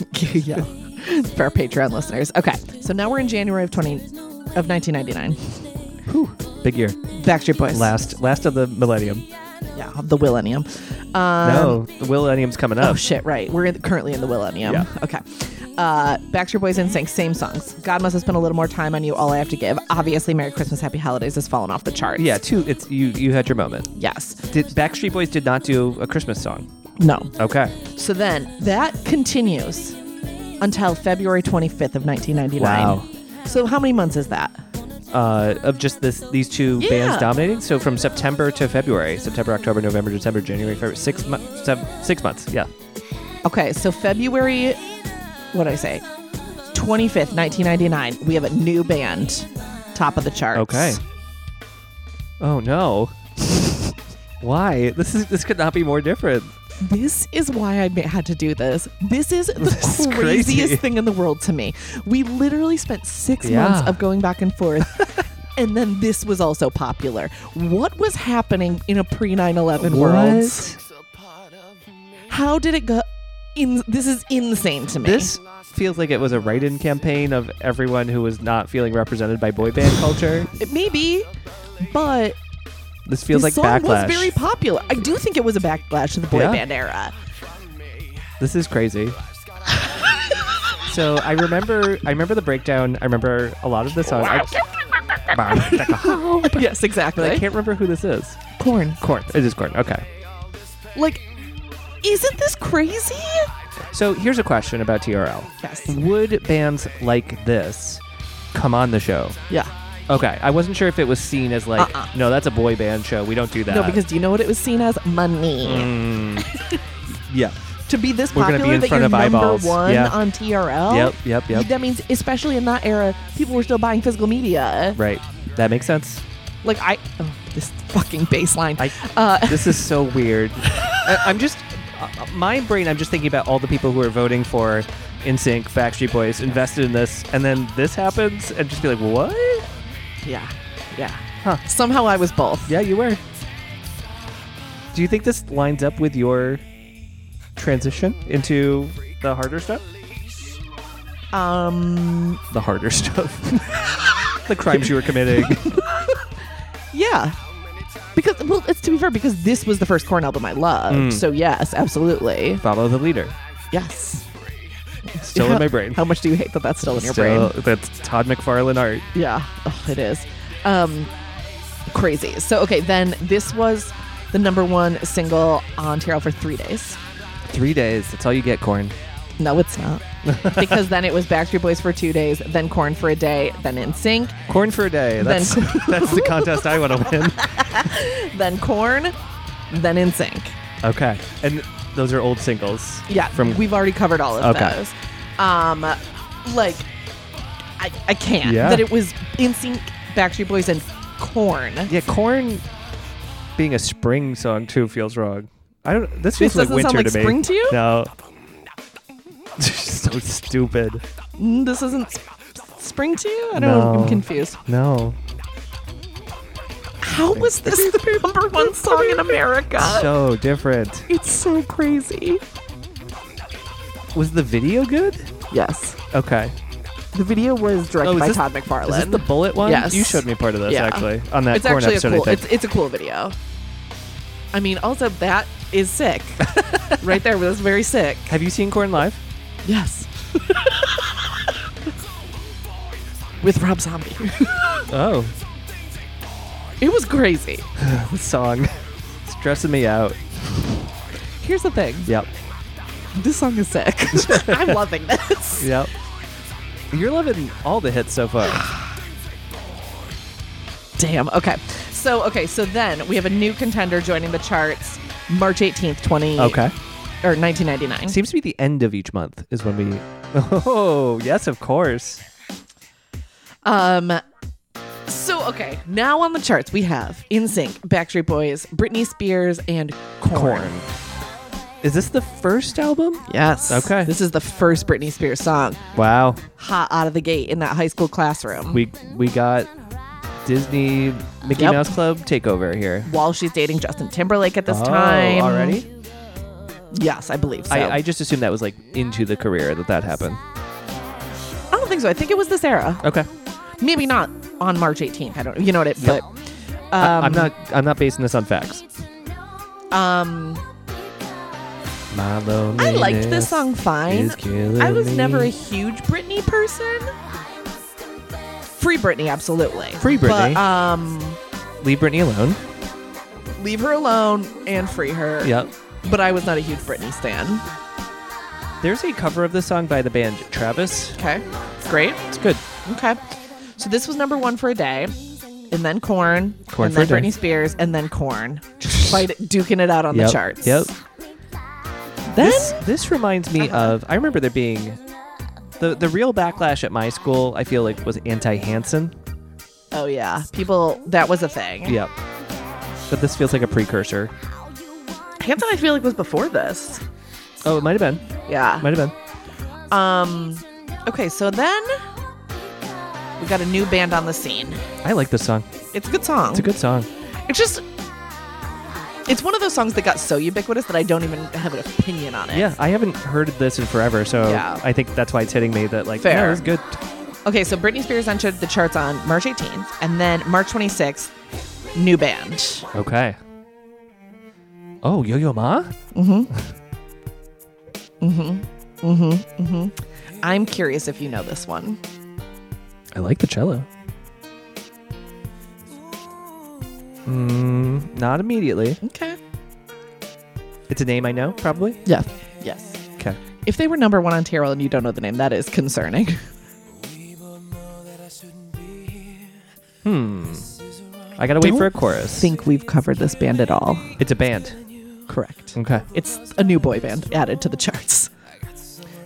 [SPEAKER 2] *laughs* yeah, for our Patreon listeners. Okay, so now we're in January of twenty of nineteen ninety nine.
[SPEAKER 1] Big year.
[SPEAKER 2] Backstreet Boys.
[SPEAKER 1] Last last of the millennium.
[SPEAKER 2] Yeah, the millennium. Um,
[SPEAKER 1] no, the millennium's coming
[SPEAKER 2] Oh
[SPEAKER 1] up.
[SPEAKER 2] shit! Right, we're in, currently in the millennium.
[SPEAKER 1] Yeah.
[SPEAKER 2] Okay. Uh, Backstreet Boys and sang same songs. God must have spent a little more time on you. All I have to give. Obviously, Merry Christmas, Happy Holidays has fallen off the charts.
[SPEAKER 1] yeah, two. It's you. You had your moment.
[SPEAKER 2] Yes.
[SPEAKER 1] Did Backstreet Boys did not do a Christmas song?
[SPEAKER 2] No.
[SPEAKER 1] Okay.
[SPEAKER 2] So then that continues until February 25th of 1999.
[SPEAKER 1] Wow.
[SPEAKER 2] So how many months is that?
[SPEAKER 1] Uh, of just this, these two
[SPEAKER 2] Yeah.
[SPEAKER 1] bands dominating. So from September to February, September, October, November, December, January, February, six months, seven, six months. Yeah.
[SPEAKER 2] Okay, so February, what did I say? 25th, 1999, we have a new band, top of the charts.
[SPEAKER 1] Okay. Oh no. *laughs* Why? This is this could not be more different.
[SPEAKER 2] This is why I ma- had to do this. This is the
[SPEAKER 1] is
[SPEAKER 2] craziest
[SPEAKER 1] crazy.
[SPEAKER 2] *laughs* thing in the world to me. We literally spent six
[SPEAKER 1] Yeah.
[SPEAKER 2] months of going back and
[SPEAKER 1] *laughs*
[SPEAKER 2] forth. And then this was also popular. What was happening in a pre 9 11 world? How did it go? In this is insane to me.
[SPEAKER 1] This feels like it was a write-in campaign of everyone who was not feeling represented by boy band culture.
[SPEAKER 2] maybe, but
[SPEAKER 1] This feels
[SPEAKER 2] this
[SPEAKER 1] like
[SPEAKER 2] song
[SPEAKER 1] backlash.
[SPEAKER 2] was very popular. I do think it was a backlash to the boy
[SPEAKER 1] Yeah.
[SPEAKER 2] band era. *laughs*
[SPEAKER 1] This is crazy. so I remember, I remember the breakdown. I remember a lot of the song. I,
[SPEAKER 2] yes, exactly.
[SPEAKER 1] *laughs* but I can't remember who this is.
[SPEAKER 2] Corn.
[SPEAKER 1] Corn. It is corn. Okay.
[SPEAKER 2] Like, isn't this crazy?
[SPEAKER 1] So here's a question about TRL.
[SPEAKER 2] Yes.
[SPEAKER 1] Would bands like this come on the show?
[SPEAKER 2] Yeah.
[SPEAKER 1] Okay, I wasn't sure if it was seen as like,
[SPEAKER 2] Uh-uh.
[SPEAKER 1] no, that's a boy band show. We don't do that.
[SPEAKER 2] No, because do you know what it was seen as? Money.
[SPEAKER 1] Mm. yeah.
[SPEAKER 2] To be this
[SPEAKER 1] We're gonna be
[SPEAKER 2] popular
[SPEAKER 1] in
[SPEAKER 2] that
[SPEAKER 1] front
[SPEAKER 2] you're
[SPEAKER 1] of
[SPEAKER 2] number
[SPEAKER 1] eyeballs.
[SPEAKER 2] one
[SPEAKER 1] Yeah.
[SPEAKER 2] on TRL.
[SPEAKER 1] Yep. Yep. Yep.
[SPEAKER 2] That means, especially in that era, people were still buying physical media.
[SPEAKER 1] Right. That makes sense.
[SPEAKER 2] Like I, oh, this fucking baseline.
[SPEAKER 1] I.
[SPEAKER 2] uh, *laughs*
[SPEAKER 1] this is so weird. I, I'm just. Uh, my brain. I'm just thinking about all the people who are voting for NSYNC, Backstreet Boys, invested in this, and then this happens, and just be like, what?
[SPEAKER 2] yeah, yeah.
[SPEAKER 1] Huh.
[SPEAKER 2] Somehow I was both.
[SPEAKER 1] Yeah, you were. Do you think this lines up with your transition into the harder stuff?
[SPEAKER 2] Um.
[SPEAKER 1] The harder stuff. *laughs* the crimes you were committing.
[SPEAKER 2] Yeah. Because well, it's to be fair because this was the first Korn album I loved.
[SPEAKER 1] Mm.
[SPEAKER 2] So yes, absolutely.
[SPEAKER 1] Follow the leader.
[SPEAKER 2] Yes.
[SPEAKER 1] Still in
[SPEAKER 2] How-
[SPEAKER 1] my brain.
[SPEAKER 2] How much do you hate that that's still in your
[SPEAKER 1] Still-
[SPEAKER 2] brain?
[SPEAKER 1] That's Todd McFarlane art.
[SPEAKER 2] Yeah, Ugh, it is. Um, crazy. So okay, then this was the number one single on TRL for three days.
[SPEAKER 1] Three days. That's all you get, corn.
[SPEAKER 2] No,
[SPEAKER 1] *laughs*
[SPEAKER 2] it's not. because then it was Backstreet Boys for two days, then Korn for a day, then In Sync,
[SPEAKER 1] Corn for a day.
[SPEAKER 2] Then-
[SPEAKER 1] That's *laughs* that's the contest I want to *laughs* win.
[SPEAKER 2] then Korn, then In Sync.
[SPEAKER 1] Okay. And those are old singles.
[SPEAKER 2] Yeah,
[SPEAKER 1] From
[SPEAKER 2] we've already covered all of
[SPEAKER 1] Okay.
[SPEAKER 2] those. Um, like I, I can't
[SPEAKER 1] Yeah.
[SPEAKER 2] that it was In Sync, Backstreet Boys, and Korn.
[SPEAKER 1] yeah, corn being a spring song too feels wrong. I don't. This
[SPEAKER 2] This
[SPEAKER 1] feels like
[SPEAKER 2] doesn't
[SPEAKER 1] winter
[SPEAKER 2] sound like
[SPEAKER 1] to me.
[SPEAKER 2] spring to you?
[SPEAKER 1] No. *laughs* so stupid.
[SPEAKER 2] Mm, This isn't s- spring to you. I don't. know.
[SPEAKER 1] No.
[SPEAKER 2] I'm confused.
[SPEAKER 1] No.
[SPEAKER 2] How was this *laughs* the number one song in America?
[SPEAKER 1] So different.
[SPEAKER 2] it's so crazy.
[SPEAKER 1] Was the video good?
[SPEAKER 2] Yes,
[SPEAKER 1] Okay.
[SPEAKER 2] the video was directed
[SPEAKER 1] Oh, is
[SPEAKER 2] by
[SPEAKER 1] this-
[SPEAKER 2] Todd
[SPEAKER 1] Is this
[SPEAKER 2] McFarlane.
[SPEAKER 1] the bullet one?
[SPEAKER 2] Yes.
[SPEAKER 1] You showed me part of this
[SPEAKER 2] Yeah.
[SPEAKER 1] actually on that
[SPEAKER 2] it's
[SPEAKER 1] corn
[SPEAKER 2] actually a
[SPEAKER 1] episode.
[SPEAKER 2] cool.
[SPEAKER 1] I think.
[SPEAKER 2] It's it's a cool video. I mean, also that
[SPEAKER 1] *laughs*
[SPEAKER 2] is sick. right there, that's very sick.
[SPEAKER 1] Have you seen corn live?
[SPEAKER 2] Yes. *laughs* With Rob
[SPEAKER 1] *laughs*
[SPEAKER 2] Zombie.
[SPEAKER 1] Oh,
[SPEAKER 2] It was crazy.
[SPEAKER 1] this song. *laughs* It's stressing me out.
[SPEAKER 2] Here's the thing
[SPEAKER 1] Yep.
[SPEAKER 2] this song
[SPEAKER 1] *laughs*
[SPEAKER 2] is sick. I'm loving this.
[SPEAKER 1] Yep. You're loving all the hits so far.
[SPEAKER 2] Damn. Okay. So, okay. So then we have a new contender joining the charts March 18th, 20. Or 1999.
[SPEAKER 1] Seems to be the end of each month is when we. *laughs* Oh, yes, of course.
[SPEAKER 2] Um, so, okay. Now on the charts, we have InSync, Backstreet Boys, Britney Spears, and Korn.
[SPEAKER 1] Corn. Is this the first album?
[SPEAKER 2] Yes.
[SPEAKER 1] Okay.
[SPEAKER 2] This is the first Britney Spears song,
[SPEAKER 1] Wow.
[SPEAKER 2] hot out of the gate in that high school classroom.
[SPEAKER 1] We we got Disney Mickey
[SPEAKER 2] Yep.
[SPEAKER 1] Mouse Club takeover here.
[SPEAKER 2] while she's dating Justin Timberlake at this time.
[SPEAKER 1] Oh, already?
[SPEAKER 2] Yes, I believe so.
[SPEAKER 1] I, I just assumed that was like into the career that that happened.
[SPEAKER 2] I don't think so. I think it was this era.
[SPEAKER 1] Okay.
[SPEAKER 2] Maybe not on March 18th. I don't. You know what it.
[SPEAKER 1] Yep.
[SPEAKER 2] But
[SPEAKER 1] I-
[SPEAKER 2] um,
[SPEAKER 1] I'm not I'm not basing this on facts.
[SPEAKER 2] Um,
[SPEAKER 1] My
[SPEAKER 2] I liked this song fine.
[SPEAKER 1] is killing
[SPEAKER 2] I was never a
[SPEAKER 1] me.
[SPEAKER 2] huge Britney person. Free Britney, absolutely.
[SPEAKER 1] Free Britney.
[SPEAKER 2] But, um,
[SPEAKER 1] Leave Britney alone.
[SPEAKER 2] leave her alone and free her.
[SPEAKER 1] Yep.
[SPEAKER 2] But I was not a huge Britney stan.
[SPEAKER 1] There's a cover of this song by the band Travis.
[SPEAKER 2] Okay. Great.
[SPEAKER 1] It's good.
[SPEAKER 2] Okay. So this was number one for a day, and then corn,
[SPEAKER 1] Korn
[SPEAKER 2] and
[SPEAKER 1] for a
[SPEAKER 2] then
[SPEAKER 1] day.
[SPEAKER 2] Britney Spears, and then corn. Just fight, duking it out on
[SPEAKER 1] Yep,
[SPEAKER 2] the charts.
[SPEAKER 1] Yep.
[SPEAKER 2] Then Uh-huh.
[SPEAKER 1] This this reminds me of I remember there being the the real backlash at my school. I feel like was anti Hanson.
[SPEAKER 2] oh yeah, people that was a thing.
[SPEAKER 1] Yep. But this feels like a precursor.
[SPEAKER 2] Hanson, I feel like was before this.
[SPEAKER 1] Oh, it might have been.
[SPEAKER 2] Yeah.
[SPEAKER 1] Might have been.
[SPEAKER 2] Um. Okay, so then we got a new band on the scene.
[SPEAKER 1] I like this song.
[SPEAKER 2] It's a good song.
[SPEAKER 1] It's a good song.
[SPEAKER 2] It's just. It's one of those songs that got so ubiquitous that I don't even have an opinion on it.
[SPEAKER 1] Yeah, I haven't heard this in forever, so
[SPEAKER 2] Yeah.
[SPEAKER 1] I think that's why it's hitting me that like
[SPEAKER 2] Fair.
[SPEAKER 1] yeah, it's good.
[SPEAKER 2] Okay, so Britney Spears entered the charts on March 18th, and then March 26th, new band.
[SPEAKER 1] Okay. Oh, Yo Yo Ma?
[SPEAKER 2] I'm curious if you know this one.
[SPEAKER 1] I like the cello. Mm, not immediately.
[SPEAKER 2] Okay.
[SPEAKER 1] It's a name I know, probably.
[SPEAKER 2] Yeah. Yes.
[SPEAKER 1] Okay.
[SPEAKER 2] If they were number one on Terrell and you don't know the name, that is concerning.
[SPEAKER 1] Hmm. I gotta wait
[SPEAKER 2] Don't
[SPEAKER 1] for a chorus.
[SPEAKER 2] Think we've covered this band at all?
[SPEAKER 1] it's a band.
[SPEAKER 2] Correct.
[SPEAKER 1] Okay.
[SPEAKER 2] It's a new boy band added to the charts.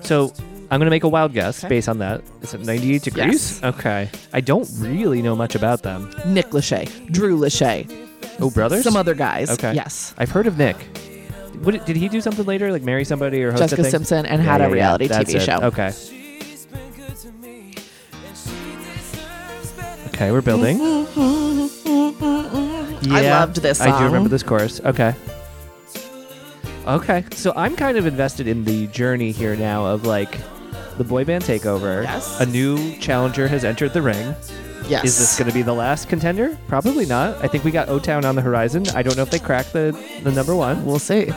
[SPEAKER 1] So I'm gonna make a wild guess
[SPEAKER 2] Okay.
[SPEAKER 1] based on that. Is it 98 degrees?
[SPEAKER 2] Yes.
[SPEAKER 1] Okay. I don't really know much about them.
[SPEAKER 2] Nick Lachey, Drew Lachey,
[SPEAKER 1] Oh, brothers.
[SPEAKER 2] some other guys.
[SPEAKER 1] Okay.
[SPEAKER 2] Yes.
[SPEAKER 1] I've heard of Nick. What, did he do something later, like marry somebody or host a
[SPEAKER 2] Jessica
[SPEAKER 1] thing?
[SPEAKER 2] Simpson and had a reality
[SPEAKER 1] that's
[SPEAKER 2] TV
[SPEAKER 1] it.
[SPEAKER 2] show.
[SPEAKER 1] Okay. Okay, we're building.
[SPEAKER 2] I
[SPEAKER 1] Yeah,
[SPEAKER 2] loved this
[SPEAKER 1] I do remember
[SPEAKER 2] song.
[SPEAKER 1] this chorus. Okay. Okay. So I'm kind of invested in the journey here now of like the boy band takeover.
[SPEAKER 2] Yes.
[SPEAKER 1] A new challenger has entered the ring.
[SPEAKER 2] Yes.
[SPEAKER 1] Is this going to be the last contender? Probably not. I think we got O Town on the horizon. I don't know if they crack the, the number one.
[SPEAKER 2] We'll see.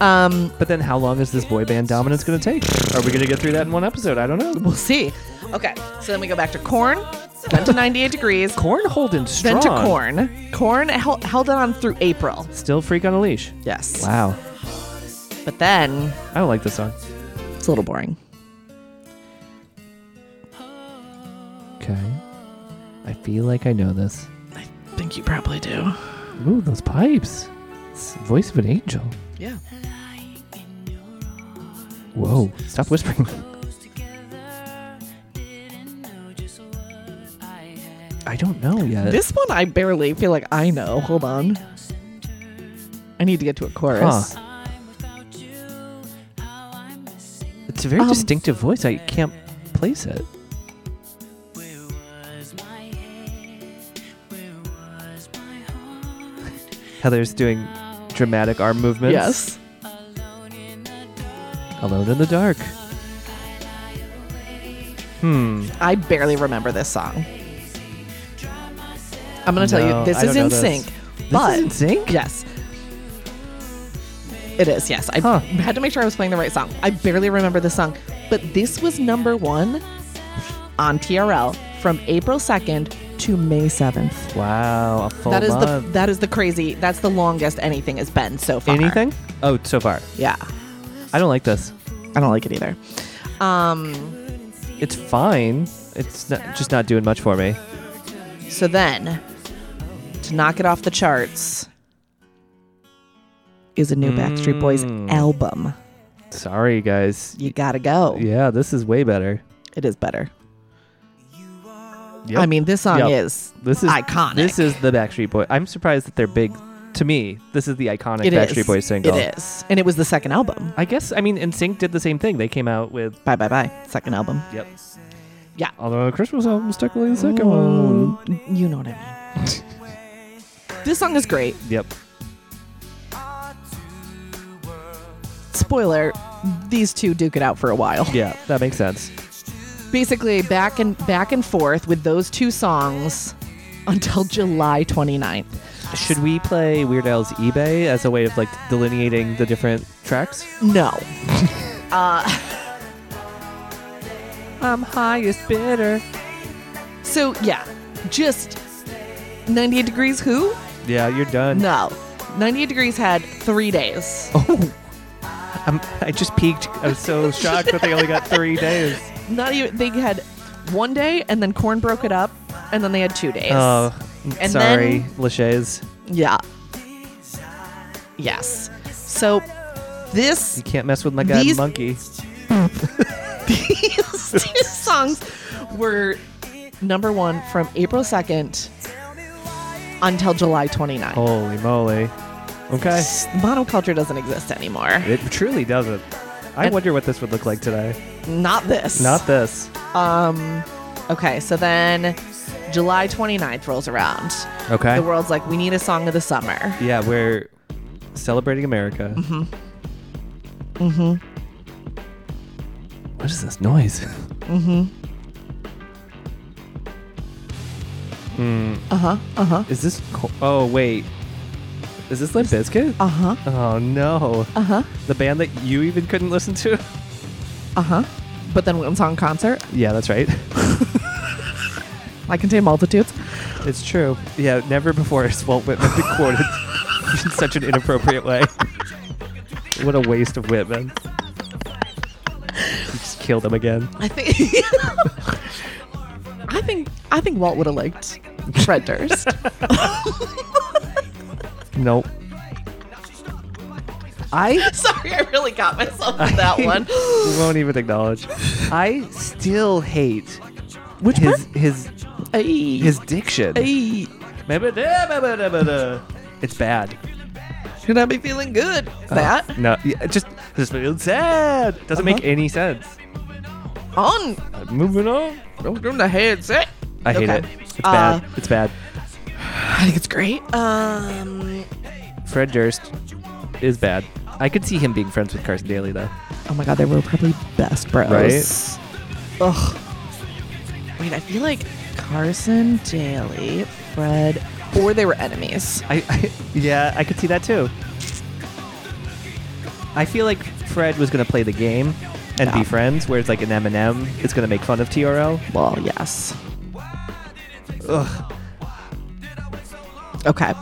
[SPEAKER 2] Um,
[SPEAKER 1] But then how long is this boy band dominance going to take? Are we going to get through that in one episode? I don't know.
[SPEAKER 2] we'll see. Okay. So then we go back to Corn,
[SPEAKER 1] *laughs*
[SPEAKER 2] then to 98 Degrees,
[SPEAKER 1] Corn holding strong.
[SPEAKER 2] then to Corn. Corn held, held it on through April.
[SPEAKER 1] Still freak on a leash.
[SPEAKER 2] Yes.
[SPEAKER 1] Wow.
[SPEAKER 2] But then
[SPEAKER 1] I don't like this song.
[SPEAKER 2] it's a little boring.
[SPEAKER 1] Okay. I feel like I know this.
[SPEAKER 2] I think you probably do.
[SPEAKER 1] Ooh, those pipes. It's the voice of an angel.
[SPEAKER 2] Yeah.
[SPEAKER 1] Whoa. Stop whispering. I don't know yet.
[SPEAKER 2] This one I barely feel like I know. Hold on. I need to get to a
[SPEAKER 1] huh.
[SPEAKER 2] chorus.
[SPEAKER 1] It's a very
[SPEAKER 2] Um,
[SPEAKER 1] distinctive voice. I can't place it. Heather's doing dramatic arm movements.
[SPEAKER 2] Yes.
[SPEAKER 1] Alone in the dark. Hmm.
[SPEAKER 2] I barely remember this song. I'm going to tell
[SPEAKER 1] No,
[SPEAKER 2] you, this
[SPEAKER 1] I don't
[SPEAKER 2] is
[SPEAKER 1] know
[SPEAKER 2] in
[SPEAKER 1] this.
[SPEAKER 2] sync.
[SPEAKER 1] This
[SPEAKER 2] But
[SPEAKER 1] is in sync?
[SPEAKER 2] Yes. It is, yes. I
[SPEAKER 1] Huh.
[SPEAKER 2] had to make sure I was playing the right song. I barely remember the song, but this was number one on TRL from April 2nd to May 7th.
[SPEAKER 1] Wow. A full
[SPEAKER 2] That is
[SPEAKER 1] month.
[SPEAKER 2] the that is the crazy. That's the longest anything has been so far.
[SPEAKER 1] Anything? Oh, so far.
[SPEAKER 2] Yeah,
[SPEAKER 1] I don't like this.
[SPEAKER 2] I don't like it either. Um.
[SPEAKER 1] It's fine. It's not, just not doing much for me.
[SPEAKER 2] So then, to knock it off the charts, is a new Backstreet Boys
[SPEAKER 1] Mm.
[SPEAKER 2] album.
[SPEAKER 1] Sorry, guys.
[SPEAKER 2] You gotta go.
[SPEAKER 1] Yeah, this is way better.
[SPEAKER 2] It is better.
[SPEAKER 1] Yep.
[SPEAKER 2] I mean, this song
[SPEAKER 1] Yep.
[SPEAKER 2] is
[SPEAKER 1] this is
[SPEAKER 2] iconic.
[SPEAKER 1] This is the Backstreet Boy. I'm surprised that their big to me, this is the iconic
[SPEAKER 2] It is.
[SPEAKER 1] Backstreet Boys single.
[SPEAKER 2] It is. And it was the second album.
[SPEAKER 1] I guess I mean NSYNC did the same thing. They came out with
[SPEAKER 2] Bye bye bye. Second album.
[SPEAKER 1] Yep.
[SPEAKER 2] Yeah.
[SPEAKER 1] Although the Christmas album's technically the second one.
[SPEAKER 2] Mm, You know what I mean. this song is great.
[SPEAKER 1] Yep.
[SPEAKER 2] Spoiler, these two duke it out for a while.
[SPEAKER 1] Yeah, that makes sense.
[SPEAKER 2] Basically back and back and forth with those two songs until July 29th.
[SPEAKER 1] Should we play Weird Al's eBay as a way of like delineating the different tracks?
[SPEAKER 2] *laughs* No. Uh,
[SPEAKER 1] I'm highest bidder.
[SPEAKER 2] So yeah, just 98 degrees who?
[SPEAKER 1] Yeah, you're done.
[SPEAKER 2] No. 98 degrees had 3 days.
[SPEAKER 1] *laughs* Oh, I'm, I just peaked. I was
[SPEAKER 2] *laughs*
[SPEAKER 1] so shocked that they only got three days.
[SPEAKER 2] Not even they had one day and then Corn broke it up and then they had 2 days.
[SPEAKER 1] Oh,
[SPEAKER 2] And
[SPEAKER 1] sorry,
[SPEAKER 2] then-
[SPEAKER 1] Lachey's.
[SPEAKER 2] Yeah. Yes. So this
[SPEAKER 1] You can't mess with my god
[SPEAKER 2] These-
[SPEAKER 1] monkey.
[SPEAKER 2] these two songs were number one from April 2nd until July 29th.
[SPEAKER 1] Holy moly. Okay.
[SPEAKER 2] Monoculture doesn't exist anymore.
[SPEAKER 1] It truly doesn't. I
[SPEAKER 2] And-
[SPEAKER 1] wonder what this would look like today.
[SPEAKER 2] Not this. Um,
[SPEAKER 1] Not this.
[SPEAKER 2] Okay, so then July 29th rolls around.
[SPEAKER 1] Okay.
[SPEAKER 2] The world's like, we need a song of the summer.
[SPEAKER 1] Yeah, we're celebrating America. Mm-hmm. Mm-hmm. What is this noise?
[SPEAKER 2] Uh huh, uh huh,
[SPEAKER 1] Hmm. Is this? Co- oh wait, is this Limp Bizkit?
[SPEAKER 2] uh huh,
[SPEAKER 1] oh no,
[SPEAKER 2] uh huh,
[SPEAKER 1] the band that you even couldn't listen to. *laughs*
[SPEAKER 2] uh
[SPEAKER 1] Uh-huh.
[SPEAKER 2] huh. But then one song concert,
[SPEAKER 1] yeah, that's right.
[SPEAKER 2] I contain multitudes.
[SPEAKER 1] It's true. Yeah, never before has Walt Whitman been
[SPEAKER 2] *laughs*
[SPEAKER 1] quoted in such an inappropriate way. what a waste of Whitman. You just killed him again.
[SPEAKER 2] I think. *laughs* I think I think Walt would have liked
[SPEAKER 1] *laughs*
[SPEAKER 2] Fred Durst.
[SPEAKER 1] Nope. I
[SPEAKER 2] *laughs* Sorry, I really got myself with *laughs* that one.
[SPEAKER 1] We won't even acknowledge. I still hate
[SPEAKER 2] Which part?
[SPEAKER 1] his his
[SPEAKER 2] Ay,
[SPEAKER 1] his diction.
[SPEAKER 2] ay.
[SPEAKER 1] It's bad.
[SPEAKER 2] Should I be feeling good?
[SPEAKER 1] Uh,
[SPEAKER 2] That
[SPEAKER 1] No, yeah, it just just feels sad. Doesn't make
[SPEAKER 2] Uh-huh.
[SPEAKER 1] any sense.
[SPEAKER 2] on.
[SPEAKER 1] Uh, Moving on.
[SPEAKER 2] Don't give him the headset.
[SPEAKER 1] I hate
[SPEAKER 2] Okay.
[SPEAKER 1] it. It's
[SPEAKER 2] Uh,
[SPEAKER 1] bad. It's bad.
[SPEAKER 2] I think it's great. Um.
[SPEAKER 1] Fred Durst is bad. I could see him being friends with Carson Daly though.
[SPEAKER 2] Oh my god, they were probably best bros.
[SPEAKER 1] Right?
[SPEAKER 2] Ugh. Wait, I feel like Carson Daly, Fred, or they were enemies.
[SPEAKER 1] I, I yeah, I could see that too. I feel like Fred was gonna play the game and
[SPEAKER 2] Yeah.
[SPEAKER 1] be friends, whereas like an Eminem is gonna make fun of TRL.
[SPEAKER 2] Well, yes.
[SPEAKER 1] Ugh.
[SPEAKER 2] Okay.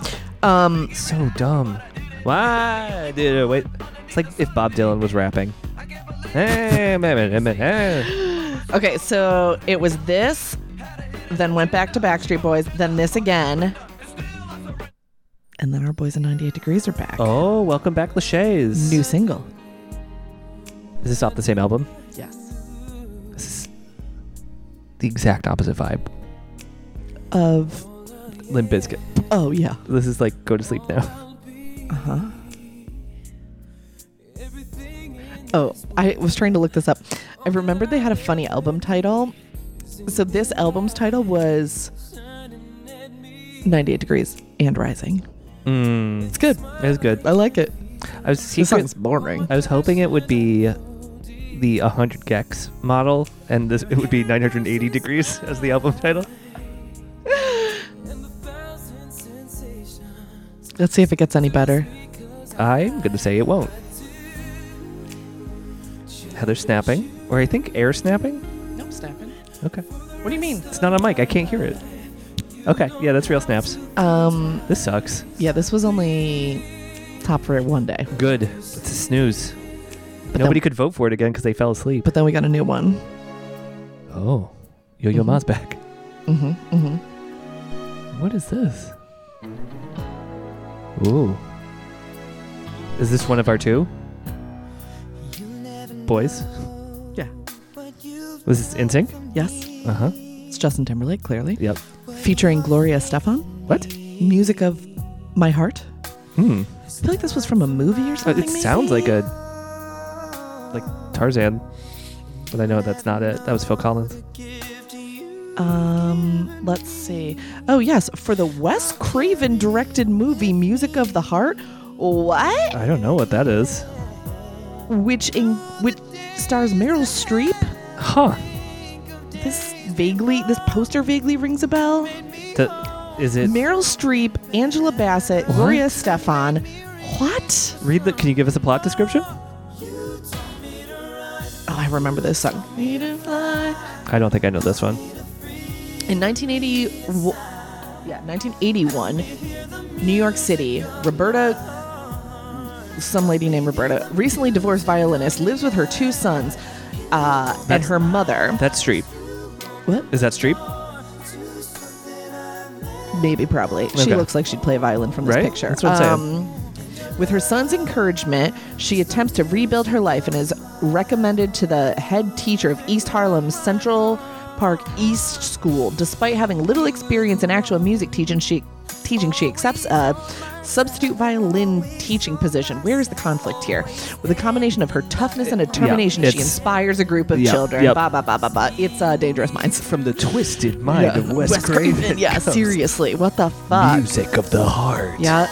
[SPEAKER 2] Um.
[SPEAKER 1] so dumb. Why did it wait? It's like if Bob Dylan was rapping. Hey, man, man, man, man, hey.
[SPEAKER 2] Okay, so it was this, then went back to Backstreet Boys, then this again. And then our boys in 98 Degrees are back.
[SPEAKER 1] Oh, welcome back, Lachey's.
[SPEAKER 2] New single.
[SPEAKER 1] Is this off the same album?
[SPEAKER 2] Yes.
[SPEAKER 1] This is the exact opposite vibe.
[SPEAKER 2] Of,
[SPEAKER 1] Limp Bizkit.
[SPEAKER 2] oh yeah.
[SPEAKER 1] This is like go to sleep now.
[SPEAKER 2] Uh huh. Oh, I was trying to look this up. I remembered they had a funny album title. So this album's title was 98 Degrees and Rising.
[SPEAKER 1] Mm,
[SPEAKER 2] It's good.
[SPEAKER 1] it was good.
[SPEAKER 2] I like it.
[SPEAKER 1] I was
[SPEAKER 2] This
[SPEAKER 1] secret,
[SPEAKER 2] song's boring.
[SPEAKER 1] I was hoping it would be the 100 Gex model, and this it would be 980 degrees as the album title.
[SPEAKER 2] Let's see if it gets any better.
[SPEAKER 1] I'm going to say it won't. Heather snapping, or I think air snapping.
[SPEAKER 2] Nope, snapping.
[SPEAKER 1] Okay,
[SPEAKER 2] What do you mean?
[SPEAKER 1] it's not on mic. I can't hear it. Okay, yeah, that's real snaps.
[SPEAKER 2] Um,
[SPEAKER 1] This sucks.
[SPEAKER 2] yeah, this was only top for one day.
[SPEAKER 1] Good. It's a snooze.
[SPEAKER 2] But
[SPEAKER 1] Nobody
[SPEAKER 2] then,
[SPEAKER 1] could vote for it again because they fell asleep.
[SPEAKER 2] But then we got a new one.
[SPEAKER 1] Oh, Yo Yo
[SPEAKER 2] Mhm.
[SPEAKER 1] Ma's back.
[SPEAKER 2] hmm hmm
[SPEAKER 1] What is this? Ooh. Is this one of our two? Boys?
[SPEAKER 2] Yeah.
[SPEAKER 1] Was this InSync?
[SPEAKER 2] Yes,
[SPEAKER 1] Uh huh.
[SPEAKER 2] it's Justin Timberlake, clearly
[SPEAKER 1] Yep.
[SPEAKER 2] featuring Gloria Stefan.
[SPEAKER 1] What?
[SPEAKER 2] Music of my heart.
[SPEAKER 1] Hmm.
[SPEAKER 2] I feel like this was from a movie or
[SPEAKER 1] Uh,
[SPEAKER 2] something.
[SPEAKER 1] It sounds like
[SPEAKER 2] maybe?
[SPEAKER 1] a like Tarzan, but I know that's not it. That was Phil Collins.
[SPEAKER 2] Um, let's see. Oh yes, for the Wes Craven directed movie Music of the Heart. What?
[SPEAKER 1] I don't know what that is.
[SPEAKER 2] Which in, which stars Meryl Streep?
[SPEAKER 1] Huh?
[SPEAKER 2] This vaguely this poster vaguely rings a bell.
[SPEAKER 1] Th- is it?
[SPEAKER 2] Meryl Streep, Angela Bassett, Gloria Stefan. What?
[SPEAKER 1] Read the. Can you give us a plot description?
[SPEAKER 2] Oh, I remember this song. Need to fly.
[SPEAKER 1] I don't think I know this one.
[SPEAKER 2] In 1980, wo- yeah, 1981, New York City, Roberta, some lady named Roberta, recently divorced violinist, lives with her two sons uh, and
[SPEAKER 1] That's-
[SPEAKER 2] her mother.
[SPEAKER 1] That's Streep.
[SPEAKER 2] What?
[SPEAKER 1] Is that Streep?
[SPEAKER 2] Maybe, probably. She
[SPEAKER 1] Okay.
[SPEAKER 2] looks like she'd play violin from this
[SPEAKER 1] Right?
[SPEAKER 2] picture.
[SPEAKER 1] That's what I'm saying.
[SPEAKER 2] Um, with her son's encouragement, she attempts to rebuild her life and is recommended to the head teacher of East Harlem's Central Park East School. Despite having little experience in actual music teaching, she teaching she accepts a substitute violin teaching position. Where is the conflict here? With a combination of her toughness and determination, she
[SPEAKER 1] it's-
[SPEAKER 2] inspires a group of
[SPEAKER 1] Yeah,
[SPEAKER 2] children.
[SPEAKER 1] yep.
[SPEAKER 2] Ba ba ba ba ba. It's uh, dangerous minds.
[SPEAKER 1] From the twisted mind
[SPEAKER 2] *laughs* Yeah. Wes
[SPEAKER 1] *laughs*
[SPEAKER 2] Craven. Yeah, seriously. What the fuck?
[SPEAKER 1] Music of the heart.
[SPEAKER 2] Yeah.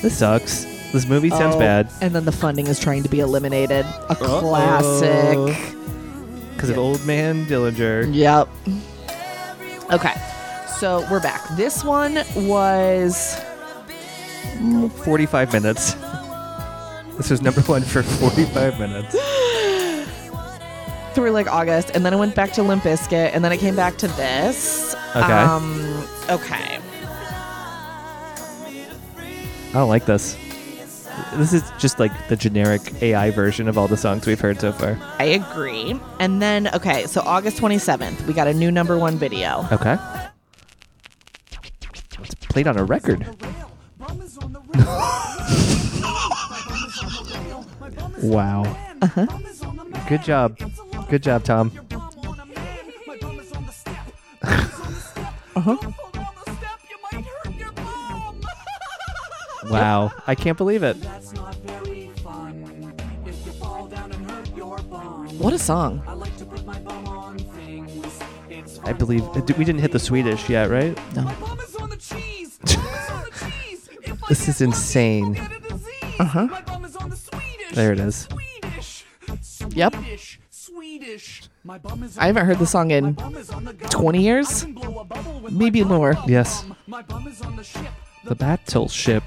[SPEAKER 1] This sucks. This movie sounds
[SPEAKER 2] Oh,
[SPEAKER 1] bad
[SPEAKER 2] And then the funding is trying to be eliminated. A classic.
[SPEAKER 1] because of old man Dillinger.
[SPEAKER 2] Yep. Okay. So we're back. This one was
[SPEAKER 1] 45 minutes. *laughs* This was number one for 45 minutes.
[SPEAKER 2] through like August, and then I went back to Limp Bizkit, and then I came back to this.
[SPEAKER 1] Okay.
[SPEAKER 2] Um, okay.
[SPEAKER 1] I don't like this. This is just like the generic AI version of all the songs we've heard so far.
[SPEAKER 2] I agree. And then, okay, so August 27th, we got a new number one video.
[SPEAKER 1] Okay. It's played on a record. wow. Good job. Good job, Tom. Uh-huh.
[SPEAKER 5] *laughs*
[SPEAKER 1] Wow. I can't believe it.
[SPEAKER 2] What a song.
[SPEAKER 1] I believe we didn't hit the Swedish yet, right?
[SPEAKER 2] *laughs*
[SPEAKER 5] this is insane.
[SPEAKER 2] Uh huh.
[SPEAKER 1] There it is.
[SPEAKER 2] Yep. I haven't heard the song in 20 years, maybe more.
[SPEAKER 1] Yes.
[SPEAKER 2] *laughs*
[SPEAKER 1] The battleship.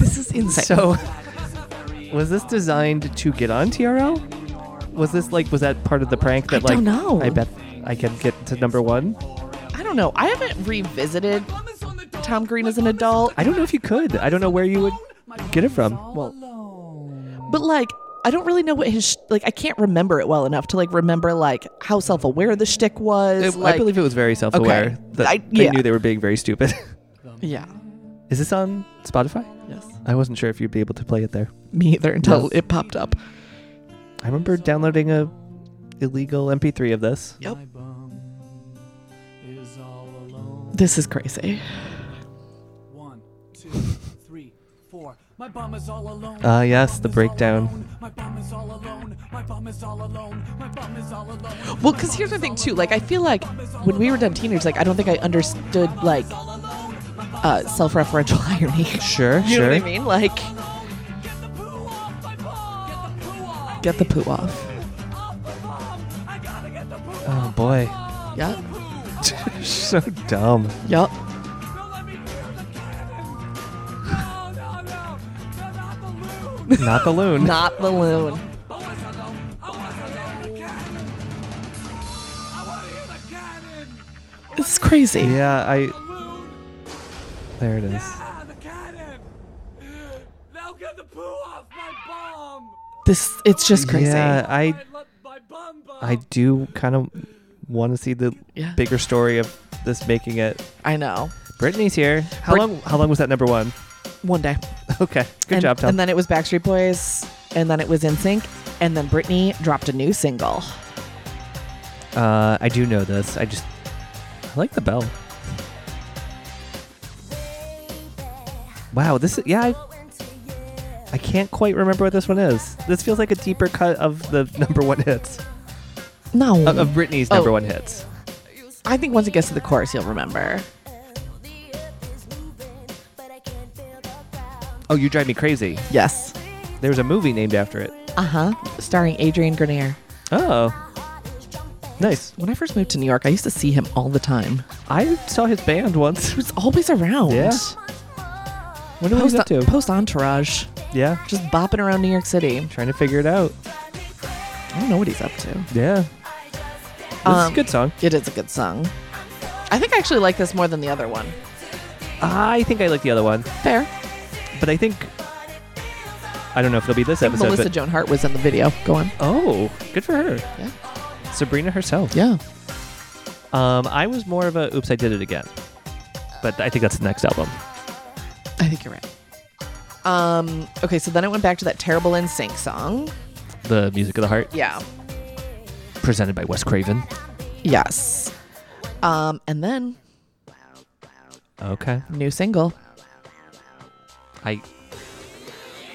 [SPEAKER 2] This is insane.
[SPEAKER 1] So, was this designed to get on TRL? Was this like, was that part of the prank that,
[SPEAKER 2] I
[SPEAKER 1] like,
[SPEAKER 2] don't know.
[SPEAKER 1] I bet I can get to number one?
[SPEAKER 2] I don't know. I haven't revisited Tom Green as an adult,
[SPEAKER 1] I don't know if you could. I don't know where you would get it from.
[SPEAKER 2] well, but like, I don't really know what his sh- like. I can't remember it well enough to like remember like how self-aware the shtick was.
[SPEAKER 1] It-
[SPEAKER 2] like,
[SPEAKER 1] I believe it was very self aware.
[SPEAKER 2] Okay.
[SPEAKER 1] That
[SPEAKER 2] I-
[SPEAKER 1] They
[SPEAKER 2] yeah.
[SPEAKER 1] knew they were being very stupid. *laughs*
[SPEAKER 2] Yeah.
[SPEAKER 1] Is this on Spotify?
[SPEAKER 2] Yes.
[SPEAKER 1] I wasn't sure if you'd be able to play it there.
[SPEAKER 2] Me either until
[SPEAKER 1] No.
[SPEAKER 2] it popped up.
[SPEAKER 1] I remember downloading a illegal MP3 of this.
[SPEAKER 2] This is crazy.
[SPEAKER 5] One, two, three, four. My bum is all
[SPEAKER 2] Uh,
[SPEAKER 5] alone.
[SPEAKER 1] Ah, yes, the breakdown.
[SPEAKER 5] My bum is all alone. My bum is all alone. My bum is all alone.
[SPEAKER 2] Well, because here's the thing too. Like, I feel like when we were done teenagers, like I don't think I understood like uh, self-referential *laughs* irony.
[SPEAKER 1] Sure,
[SPEAKER 2] you
[SPEAKER 1] sure.
[SPEAKER 2] know what I mean? Like, get the poo off.
[SPEAKER 1] Oh boy.
[SPEAKER 2] Yep.
[SPEAKER 1] *laughs* so dumb.
[SPEAKER 2] Yep.
[SPEAKER 1] *laughs* Not the loon.
[SPEAKER 2] Not the loon. This is crazy.
[SPEAKER 1] Yeah, I. There it is.
[SPEAKER 5] Now get the poo off my bum.
[SPEAKER 2] This it's just crazy.
[SPEAKER 1] Yeah, I
[SPEAKER 5] Let my bum bum.
[SPEAKER 1] I do kind of want to see the
[SPEAKER 2] Yeah.
[SPEAKER 1] bigger story of this making it.
[SPEAKER 2] I know.
[SPEAKER 1] Brittany's here. How
[SPEAKER 2] Brit-
[SPEAKER 1] long? How long was that number one? *laughs*
[SPEAKER 2] One day.
[SPEAKER 1] Okay, good
[SPEAKER 2] and,
[SPEAKER 1] job, Tom.
[SPEAKER 2] And then it was Backstreet Boys, and then it was NSYNC, and then Britney dropped a new single.
[SPEAKER 1] uh, I do know this. I just I like the bell. Wow, this is yeah. I, I can't quite remember what this one is. This feels like a deeper cut of the *laughs* number one hits
[SPEAKER 2] No.
[SPEAKER 1] of, of Britney's number
[SPEAKER 2] Oh.
[SPEAKER 1] one hits.
[SPEAKER 2] I think once it gets to the chorus, you'll remember.
[SPEAKER 1] Oh, you drive me crazy.
[SPEAKER 2] Yes.
[SPEAKER 1] There's a movie named after it.
[SPEAKER 2] Uh huh. Starring Adrian Grenier.
[SPEAKER 1] Oh, nice.
[SPEAKER 2] When I first moved to New York, I used to see him all the time.
[SPEAKER 1] I saw his band once.
[SPEAKER 2] He was always around.
[SPEAKER 1] Yeah. What are
[SPEAKER 2] Post,
[SPEAKER 1] we up to?
[SPEAKER 2] post entourage,
[SPEAKER 1] *laughs* yeah,
[SPEAKER 2] just bopping around New York City.
[SPEAKER 1] trying to figure it out.
[SPEAKER 2] I don't know what he's up to.
[SPEAKER 1] Yeah, this is
[SPEAKER 2] Um,
[SPEAKER 1] a good song.
[SPEAKER 2] It is a good song. I think I actually like this more than the other one.
[SPEAKER 1] I think I like the other one,
[SPEAKER 2] Fair.
[SPEAKER 1] but I think I don't know if it'll be this episode.
[SPEAKER 2] Melissa
[SPEAKER 1] but,
[SPEAKER 2] Joan Hart was in the video. Go on.
[SPEAKER 1] oh, good for her.
[SPEAKER 2] Yeah.
[SPEAKER 1] Sabrina herself.
[SPEAKER 2] Yeah.
[SPEAKER 1] Um, I was more of a "Oops, I Did It Again," but I think that's the next album.
[SPEAKER 2] I think you're right. Um, okay, so then I went back to that terrible NSYNC song.
[SPEAKER 1] The music of the heart,
[SPEAKER 2] Yeah.
[SPEAKER 1] presented by Wes Craven.
[SPEAKER 2] Yes. Um, and then
[SPEAKER 1] Okay,
[SPEAKER 2] new single.
[SPEAKER 1] I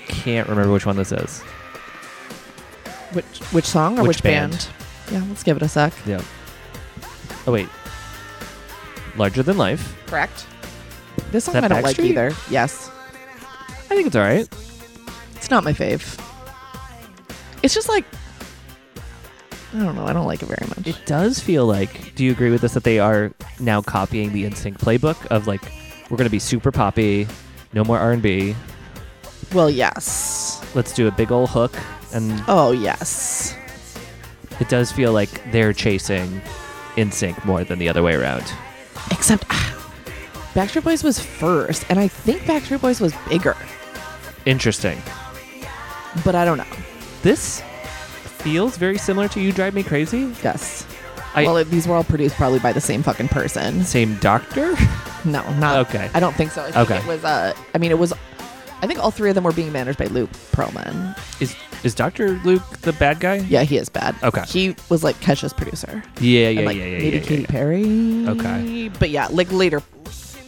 [SPEAKER 1] can't remember which one this is.
[SPEAKER 2] Which which song or
[SPEAKER 1] Which
[SPEAKER 2] which, band? Yeah, let's give it a sec.
[SPEAKER 1] Yeah. Oh wait, "Larger Than Life."
[SPEAKER 2] Correct. This song
[SPEAKER 1] that
[SPEAKER 2] I don't like
[SPEAKER 1] Backstreet?
[SPEAKER 2] either. Yes.
[SPEAKER 1] I think it's all right.
[SPEAKER 2] It's not my fave. It's just like I don't know, I don't like it very much.
[SPEAKER 1] It does feel like. Do you agree with this that they are now copying the Instinct playbook of like we're going to be super poppy, no more R and B.
[SPEAKER 2] well, yes.
[SPEAKER 1] Let's do a big old hook, and
[SPEAKER 2] Oh yes.
[SPEAKER 1] it does feel like they're chasing Insync more than the other way around.
[SPEAKER 2] Except ah, Backstreet Boys was first, and I think Backstreet Boys was bigger,
[SPEAKER 1] Interesting.
[SPEAKER 2] but I don't know.
[SPEAKER 1] This feels very similar to You Drive Me Crazy.
[SPEAKER 2] Yes.
[SPEAKER 1] I-
[SPEAKER 2] well, it, these were all produced probably by the same fucking person.
[SPEAKER 1] Same doctor.
[SPEAKER 2] No, not
[SPEAKER 1] Okay.
[SPEAKER 2] I don't think so. I think
[SPEAKER 1] Okay.
[SPEAKER 2] It was. Uh, I mean, it was. I think all three of them were being managed by Luke Perlman.
[SPEAKER 1] Is is Doctor Luke the bad guy?
[SPEAKER 2] Yeah, he is bad.
[SPEAKER 1] Okay.
[SPEAKER 2] He was like Kesha's producer.
[SPEAKER 1] Yeah, yeah,
[SPEAKER 2] and, like,
[SPEAKER 1] yeah, yeah,
[SPEAKER 2] Maybe
[SPEAKER 1] yeah,
[SPEAKER 2] Katy
[SPEAKER 1] yeah, yeah.
[SPEAKER 2] Perry.
[SPEAKER 1] Okay.
[SPEAKER 2] But yeah, like later,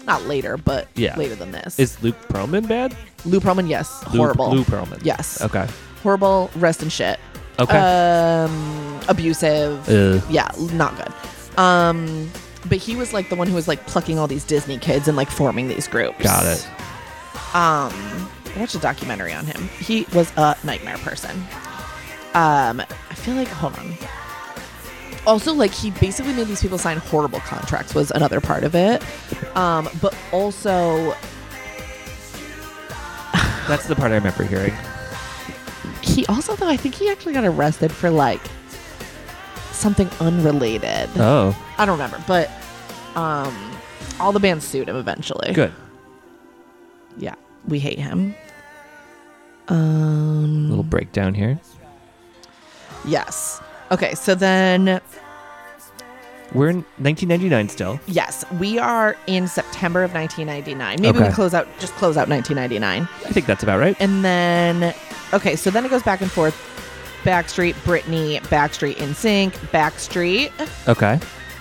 [SPEAKER 2] not later, but
[SPEAKER 1] Yeah.
[SPEAKER 2] later than this.
[SPEAKER 1] Is Luke Perlman bad?
[SPEAKER 2] Luke Perlman? Yes.
[SPEAKER 1] Lou-
[SPEAKER 2] horrible.
[SPEAKER 1] Lou Perlman.
[SPEAKER 2] Yes. Uh,
[SPEAKER 1] Okay.
[SPEAKER 2] Horrible. Rest in shit.
[SPEAKER 1] Okay.
[SPEAKER 2] Um, abusive.
[SPEAKER 1] Ugh.
[SPEAKER 2] Yeah, not good. Um, but he was like the one who was like plucking all these Disney kids and like forming these groups.
[SPEAKER 1] Got it.
[SPEAKER 2] um I watched a documentary on him. He was a nightmare person. Um I feel like hold on. Also like he basically made these people sign horrible contracts was another part of it. Um but also
[SPEAKER 1] That's the part I remember hearing.
[SPEAKER 2] he also though I think he actually got arrested for like something unrelated.
[SPEAKER 1] Oh,
[SPEAKER 2] I don't remember, but um all the bands sued him eventually.
[SPEAKER 1] good.
[SPEAKER 2] Yeah. We hate him. Um
[SPEAKER 1] Little breakdown here.
[SPEAKER 2] yes. Okay, so then
[SPEAKER 1] We're in 1999 still.
[SPEAKER 2] Yes, we are in September of 1999. Maybe
[SPEAKER 1] Okay.
[SPEAKER 2] we close out, just close out 1999,
[SPEAKER 1] I think that's about right.
[SPEAKER 2] and then okay, so then it goes back and forth. Backstreet, Britney, Backstreet in Sync, Backstreet.
[SPEAKER 1] Okay.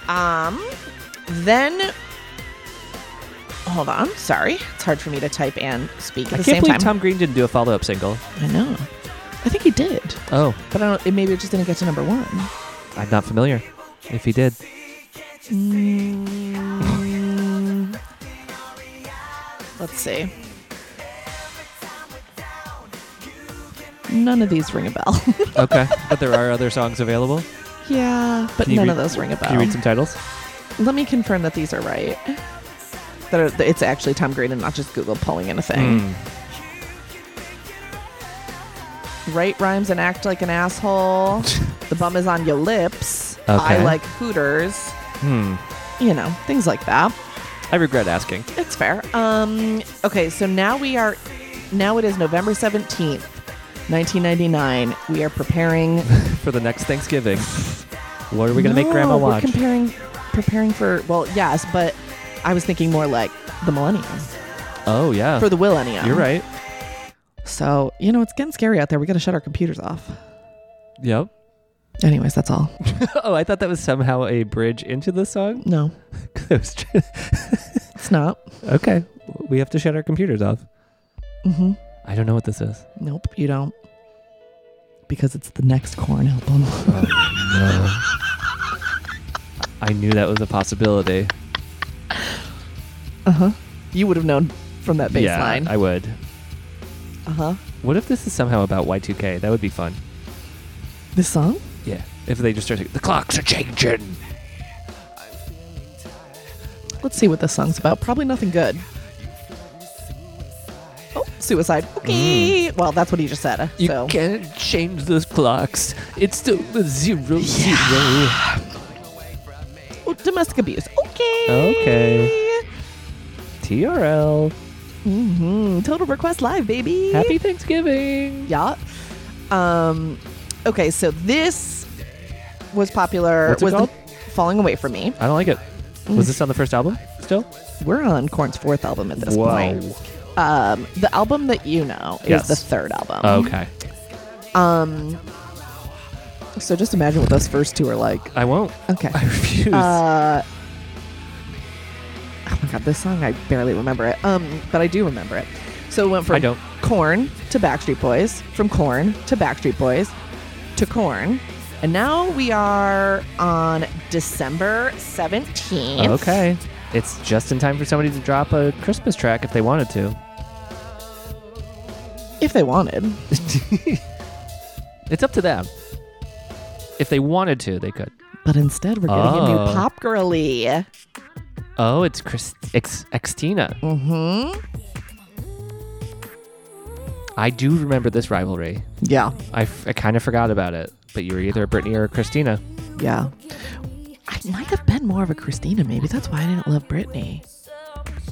[SPEAKER 2] Um, then hold on, sorry, it's hard for me to type and speak at
[SPEAKER 1] I
[SPEAKER 2] the
[SPEAKER 1] can't
[SPEAKER 2] same
[SPEAKER 1] believe
[SPEAKER 2] time.
[SPEAKER 1] Tom Green didn't do a follow up single.
[SPEAKER 2] I know. I think he did,
[SPEAKER 1] Oh,
[SPEAKER 2] but I don't. It, maybe it just didn't get to number one.
[SPEAKER 1] I'm not familiar. If he did,
[SPEAKER 2] Mm. Let's see. None of these ring a bell. *laughs*
[SPEAKER 1] okay. but there are other songs available.
[SPEAKER 2] yeah, but
[SPEAKER 1] Can you
[SPEAKER 2] none
[SPEAKER 1] read-
[SPEAKER 2] of those ring a
[SPEAKER 1] Can you
[SPEAKER 2] bell.
[SPEAKER 1] read some titles?
[SPEAKER 2] Let me confirm that these are right. That, are, that it's actually Tom Green and not just Google pulling in a thing.
[SPEAKER 1] Mm.
[SPEAKER 2] Write rhymes and act like
[SPEAKER 1] *laughs*
[SPEAKER 2] an asshole. the bum is on your lips. I
[SPEAKER 1] Okay.
[SPEAKER 2] like Hooters.
[SPEAKER 1] Hmm.
[SPEAKER 2] You know, things like that.
[SPEAKER 1] I regret asking.
[SPEAKER 2] It's fair. Um, okay, so now we are, now it is November 17th, 1999. We are preparing.
[SPEAKER 1] For the next Thanksgiving, what are we going to make Grandma
[SPEAKER 2] No, We're
[SPEAKER 1] watch?
[SPEAKER 2] comparing, preparing for, well, yes, but I was thinking more like the millennium,
[SPEAKER 1] oh, yeah.
[SPEAKER 2] for the millennium.
[SPEAKER 1] You're right.
[SPEAKER 2] So, you know, it's getting scary out there. We got to shut our computers off.
[SPEAKER 1] Yep.
[SPEAKER 2] Anyways, that's all.
[SPEAKER 1] *laughs* Oh, I thought that was somehow a bridge into the song.
[SPEAKER 2] No,
[SPEAKER 1] I was trying-
[SPEAKER 2] it's not.
[SPEAKER 1] *laughs* okay, we have to shut our computers off.
[SPEAKER 2] Mm-hmm.
[SPEAKER 1] I don't know what this is.
[SPEAKER 2] Nope, you don't. Because it's the next corn album. *laughs*
[SPEAKER 1] I knew that was a possibility.
[SPEAKER 2] Uh huh. You would have known from that bass line.
[SPEAKER 1] Yeah, I would.
[SPEAKER 2] uh huh.
[SPEAKER 1] What if this is somehow about Y2K? That would be fun.
[SPEAKER 2] This song?
[SPEAKER 1] Yeah. If they just start to, the clocks are changing.
[SPEAKER 2] Let's see what this song's about. Probably nothing good. Oh, suicide. Okay. Well, that's what he just said.
[SPEAKER 1] Mm. You
[SPEAKER 2] so
[SPEAKER 1] can't change those clocks. It's still the zero zero.
[SPEAKER 2] Oh, domestic abuse. Okay.
[SPEAKER 1] Okay. TRL.
[SPEAKER 2] hmm Total request live, baby.
[SPEAKER 1] Happy Thanksgiving.
[SPEAKER 2] Yeah. Um. Okay, so this was popular.
[SPEAKER 1] What's it
[SPEAKER 2] was the-
[SPEAKER 1] called?
[SPEAKER 2] falling away from me.
[SPEAKER 1] I don't like it. Was this on the first album? Still?
[SPEAKER 2] We're on Korn's fourth album at this point. Um, the album that you know is
[SPEAKER 1] Yes. Oh.
[SPEAKER 2] the third album.
[SPEAKER 1] Okay.
[SPEAKER 2] Um, so just imagine what those first two are like.
[SPEAKER 1] I won't.
[SPEAKER 2] Okay.
[SPEAKER 1] *laughs* I refuse.
[SPEAKER 2] Uh, oh my god, this song I barely remember it. Um, but I do remember it. So it went
[SPEAKER 1] I
[SPEAKER 2] from
[SPEAKER 1] don't.
[SPEAKER 2] Corn to Backstreet Boys, from Corn to Backstreet Boys, to Corn, and now we are on December seventeenth.
[SPEAKER 1] Okay. It's just in time for somebody to drop a Christmas track if they wanted *laughs* to.
[SPEAKER 2] if they wanted.
[SPEAKER 1] It's up to them. If they wanted to, they could.
[SPEAKER 2] But instead, we're getting a
[SPEAKER 1] Oh.
[SPEAKER 2] new pop girly.
[SPEAKER 1] Oh, it's Chris Ex- Extina.
[SPEAKER 2] Mm-hmm.
[SPEAKER 1] I do remember this rivalry.
[SPEAKER 2] Yeah,
[SPEAKER 1] I, f- I kind of forgot about it, but you were either a Brittany or a Christina.
[SPEAKER 2] yeah. I might have been more of a Christina. Maybe that's why I didn't love Britney.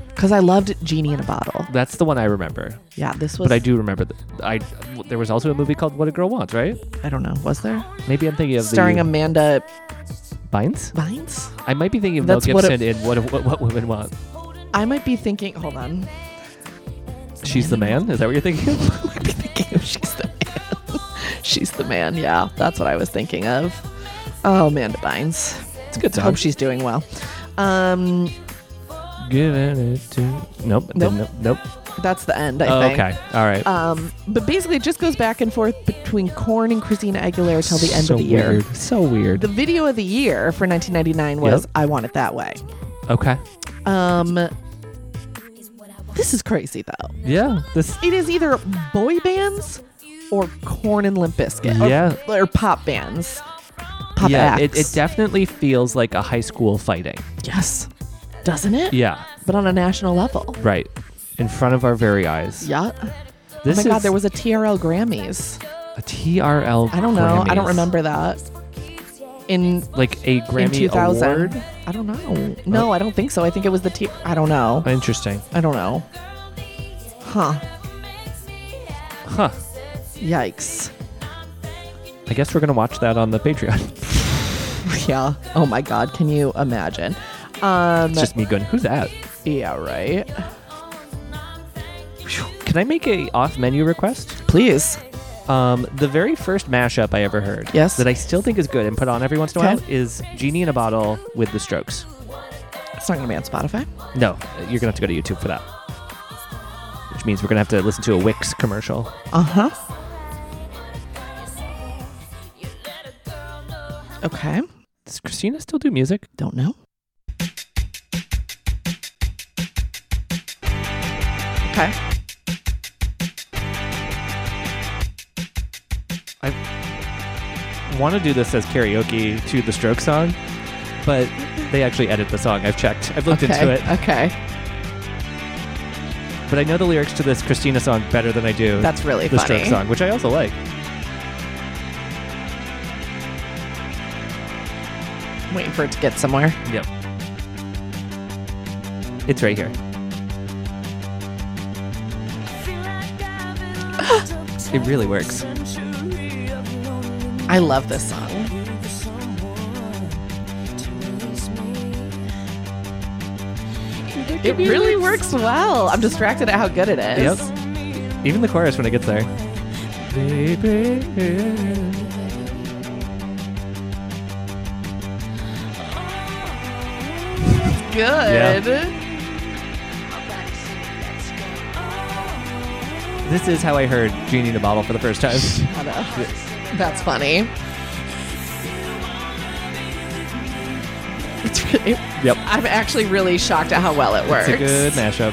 [SPEAKER 2] Because I loved Genie in a Bottle.
[SPEAKER 1] That's the one I remember.
[SPEAKER 2] Yeah, this was.
[SPEAKER 1] But I do remember that I there was also a movie called What a Girl Wants, right?
[SPEAKER 2] I don't know. Was there
[SPEAKER 1] Maybe I'm thinking of
[SPEAKER 2] starring
[SPEAKER 1] the
[SPEAKER 2] Amanda
[SPEAKER 1] Bynes.
[SPEAKER 2] Bynes?
[SPEAKER 1] I might be thinking of
[SPEAKER 2] That's
[SPEAKER 1] Mel
[SPEAKER 2] what a-
[SPEAKER 1] Gibson in what, what What Women Want.
[SPEAKER 2] I might be thinking. Hold on. *laughs*
[SPEAKER 1] She's the man. Is that what you're thinking of?
[SPEAKER 2] I might be thinking of she's the man. *laughs* she's the man. Yeah, that's what I was thinking of. Oh, Amanda Bynes.
[SPEAKER 1] It's a good
[SPEAKER 2] I hope
[SPEAKER 1] song.
[SPEAKER 2] she's doing well. Um,
[SPEAKER 1] Giving it to. Nope.
[SPEAKER 2] Nope.
[SPEAKER 1] Nope. Nope.
[SPEAKER 2] that's the end. I
[SPEAKER 1] Oh,
[SPEAKER 2] think.
[SPEAKER 1] okay. All right.
[SPEAKER 2] Um, but basically, it just goes back and forth between Corn and Christina Aguilera till the end
[SPEAKER 1] so
[SPEAKER 2] of the year.
[SPEAKER 1] Weird. So weird.
[SPEAKER 2] The video of the year for 1999 was
[SPEAKER 1] Yep.
[SPEAKER 2] "I Want It That Way."
[SPEAKER 1] okay.
[SPEAKER 2] Um, this is crazy though.
[SPEAKER 1] Yeah. This.
[SPEAKER 2] It is either boy bands or Corn and Limp Bizkit, or-
[SPEAKER 1] Yeah.
[SPEAKER 2] or, pop bands. Pop
[SPEAKER 1] yeah.
[SPEAKER 2] acts.
[SPEAKER 1] It, it definitely feels like a high school fighting.
[SPEAKER 2] yes, doesn't it?
[SPEAKER 1] Yeah.
[SPEAKER 2] But on a national level.
[SPEAKER 1] Right. In front of our very eyes.
[SPEAKER 2] Yeah.
[SPEAKER 1] This
[SPEAKER 2] oh my
[SPEAKER 1] is
[SPEAKER 2] God, there was a TRL Grammys.
[SPEAKER 1] a TRL.
[SPEAKER 2] I don't know. I don't
[SPEAKER 1] Grammys.
[SPEAKER 2] remember that. In
[SPEAKER 1] Like a
[SPEAKER 2] in
[SPEAKER 1] Grammy
[SPEAKER 2] 2000.
[SPEAKER 1] award. Oh.
[SPEAKER 2] I don't know. No, I don't think so. I think it was the T. I don't know.
[SPEAKER 1] Interesting.
[SPEAKER 2] I don't know. Huh.
[SPEAKER 1] Huh.
[SPEAKER 2] Yikes. *laughs*
[SPEAKER 1] I guess we're gonna watch that on the Patreon. *laughs*
[SPEAKER 2] Yeah. Oh my God. Can you imagine? Um.
[SPEAKER 1] It's just me going. Who's that?
[SPEAKER 2] yeah. Right.
[SPEAKER 1] Can I make a off-menu request?
[SPEAKER 2] Please.
[SPEAKER 1] Um, the very first mashup I ever heard,
[SPEAKER 2] Yes.
[SPEAKER 1] that I still think is good and put on every once in a
[SPEAKER 2] Okay.
[SPEAKER 1] while, is "Genie in a Bottle" with the Strokes.
[SPEAKER 2] It's not gonna be on Spotify.
[SPEAKER 1] No, you're gonna have to go to YouTube for that, which means we're gonna have to listen to a Wix commercial.
[SPEAKER 2] Uh huh. Okay.
[SPEAKER 1] Does Christina still do music?
[SPEAKER 2] Don't know. Okay.
[SPEAKER 1] Want to do this as karaoke to the Stroke song, but they actually edit the song. I've checked. I've looked
[SPEAKER 2] okay. Uh,
[SPEAKER 1] into it,
[SPEAKER 2] Okay.
[SPEAKER 1] but I know the lyrics to this Christina song better than I do
[SPEAKER 2] That's really
[SPEAKER 1] the
[SPEAKER 2] funny.
[SPEAKER 1] Stroke song, which I also like.
[SPEAKER 2] I'm waiting for it to get somewhere.
[SPEAKER 1] Yep. It's right here. It really works.
[SPEAKER 2] I love this song. It really works well. I'm distracted at how good it is.
[SPEAKER 1] Yep. Even the chorus when it gets there. Baby.
[SPEAKER 2] good.
[SPEAKER 1] This is how I heard Genie in a Bottle for the first time.
[SPEAKER 2] Shut up. That's funny. It's really,
[SPEAKER 1] Yep.
[SPEAKER 2] I'm actually really shocked at how well it works.
[SPEAKER 1] It's a good mashup.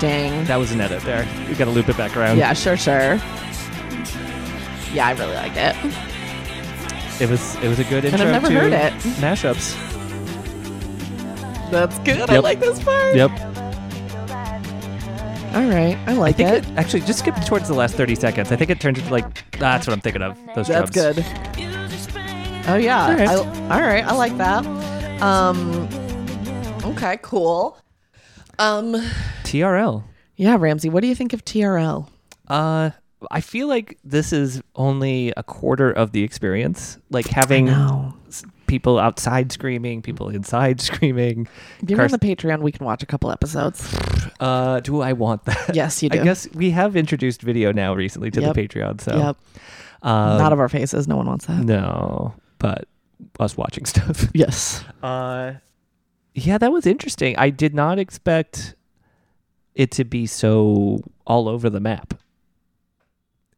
[SPEAKER 2] Dang.
[SPEAKER 1] That was an edit there. We gotta loop it back around.
[SPEAKER 2] Yeah, sure, sure. Yeah, I really liked it.
[SPEAKER 1] It was it was a good intro.
[SPEAKER 2] I've never
[SPEAKER 1] to
[SPEAKER 2] heard it.
[SPEAKER 1] Mashups.
[SPEAKER 2] That's good. I
[SPEAKER 1] Yep.
[SPEAKER 2] like this part.
[SPEAKER 1] Yep.
[SPEAKER 2] All right.
[SPEAKER 1] I
[SPEAKER 2] I like
[SPEAKER 1] think
[SPEAKER 2] it.
[SPEAKER 1] it, actually just skip towards the last thirty seconds. I think it turns into like that's what I'm thinking of. Those
[SPEAKER 2] That's
[SPEAKER 1] drums.
[SPEAKER 2] good. Oh yeah.
[SPEAKER 1] All right.
[SPEAKER 2] I, all right. I like that. Um Okay, cool. Um
[SPEAKER 1] TRL.
[SPEAKER 2] yeah, Ramsey, what do you think of TRL?
[SPEAKER 1] Uh, I feel like this is only a quarter of the experience. Like having
[SPEAKER 2] know.
[SPEAKER 1] s- people outside screaming, people inside *laughs* screaming.
[SPEAKER 2] If you're on
[SPEAKER 1] Carson-
[SPEAKER 2] the Patreon, we can watch a
[SPEAKER 1] *laughs*
[SPEAKER 2] couple episodes.
[SPEAKER 1] uh, do I want that?
[SPEAKER 2] Yes, you do.
[SPEAKER 1] I guess we have introduced video now recently to
[SPEAKER 2] Yep.
[SPEAKER 1] the Patreon. So
[SPEAKER 2] Yep.
[SPEAKER 1] um, Mm.
[SPEAKER 2] Not of our faces. No one wants that.
[SPEAKER 1] no, but us watching *laughs* stuff.
[SPEAKER 2] Yes.
[SPEAKER 1] Uh, yeah, that was interesting. I did not expect it to be so all over the map.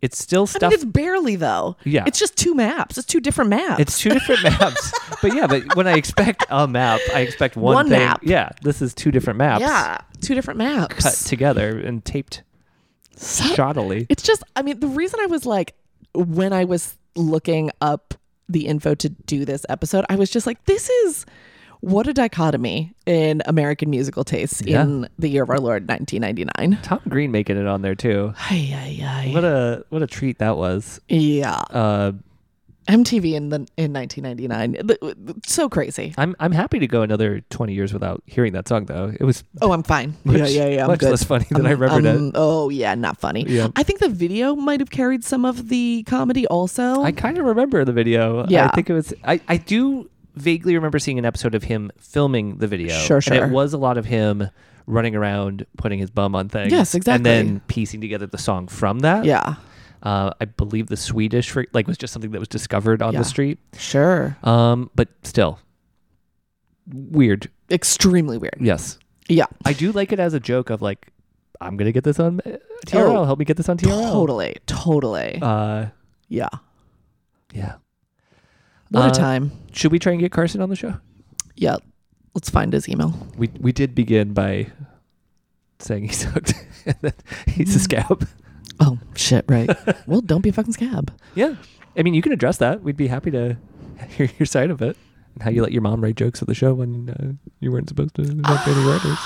[SPEAKER 1] It's still
[SPEAKER 2] I
[SPEAKER 1] stuff.
[SPEAKER 2] mean, it's barely though.
[SPEAKER 1] yeah,
[SPEAKER 2] It's just two maps. It's two different maps.
[SPEAKER 1] It's two *laughs* different
[SPEAKER 2] *laughs*
[SPEAKER 1] maps. But yeah, but when I expect a map, I expect one,
[SPEAKER 2] One
[SPEAKER 1] thing.
[SPEAKER 2] map.
[SPEAKER 1] Yeah, this is two different maps
[SPEAKER 2] yeah, two different maps.
[SPEAKER 1] cut together and taped
[SPEAKER 2] So-
[SPEAKER 1] shoddily.
[SPEAKER 2] It's just, I mean, the reason I was like, when I was looking up the info to do this episode, I was just like, this is what a dichotomy in American musical tastes
[SPEAKER 1] Yeah.
[SPEAKER 2] in the year of our Lord, 1999.
[SPEAKER 1] Tom Green making it on there too.
[SPEAKER 2] Ay, ay, ay.
[SPEAKER 1] What a what a treat that was.
[SPEAKER 2] yeah.
[SPEAKER 1] Uh,
[SPEAKER 2] MTV in the in 1999. Th- So crazy.
[SPEAKER 1] I'm I'm happy to go another 20 years without hearing that song though. It was
[SPEAKER 2] Oh, I'm fine.
[SPEAKER 1] much,
[SPEAKER 2] yeah, yeah, yeah. I'm
[SPEAKER 1] much
[SPEAKER 2] good.
[SPEAKER 1] less funny than I
[SPEAKER 2] Um,
[SPEAKER 1] remembered it.
[SPEAKER 2] um, Oh, yeah, not funny.
[SPEAKER 1] Yeah.
[SPEAKER 2] I think the video might have carried some of the comedy also.
[SPEAKER 1] I kind of remember the video.
[SPEAKER 2] Yeah.
[SPEAKER 1] I think it was. I, I do vaguely remember seeing an episode of him filming the video.
[SPEAKER 2] Sure,
[SPEAKER 1] And
[SPEAKER 2] sure.
[SPEAKER 1] it was a lot of him running around putting his bum on things.
[SPEAKER 2] Yes, exactly.
[SPEAKER 1] And then piecing together the song from that.
[SPEAKER 2] yeah,
[SPEAKER 1] Uh, I believe the Swedish fr- like was just something that was discovered on
[SPEAKER 2] Yeah.
[SPEAKER 1] the street.
[SPEAKER 2] sure.
[SPEAKER 1] Um, but still, weird.
[SPEAKER 2] Extremely weird.
[SPEAKER 1] Yes,
[SPEAKER 2] Yeah.
[SPEAKER 1] I do like it as a joke of like, I'm gonna get this on uh, TRL.
[SPEAKER 2] Oh,
[SPEAKER 1] Help me get this on TRL.
[SPEAKER 2] Totally, totally.
[SPEAKER 1] Uh,
[SPEAKER 2] yeah.
[SPEAKER 1] yeah.
[SPEAKER 2] What
[SPEAKER 1] uh,
[SPEAKER 2] a time.
[SPEAKER 1] Should we try and get Carson on the show?
[SPEAKER 2] Yeah. Let's find his email.
[SPEAKER 1] we we did begin by saying he *laughs* sucked and that he's a scab.
[SPEAKER 2] Oh shit!
[SPEAKER 1] *laughs*
[SPEAKER 2] Right. well, don't be a fucking scab.
[SPEAKER 1] Yeah. I mean, you can address that. We'd be happy to hear your side of it and how you let your mom write jokes at the show when uh, you weren't *gasps* supposed to not be any writers.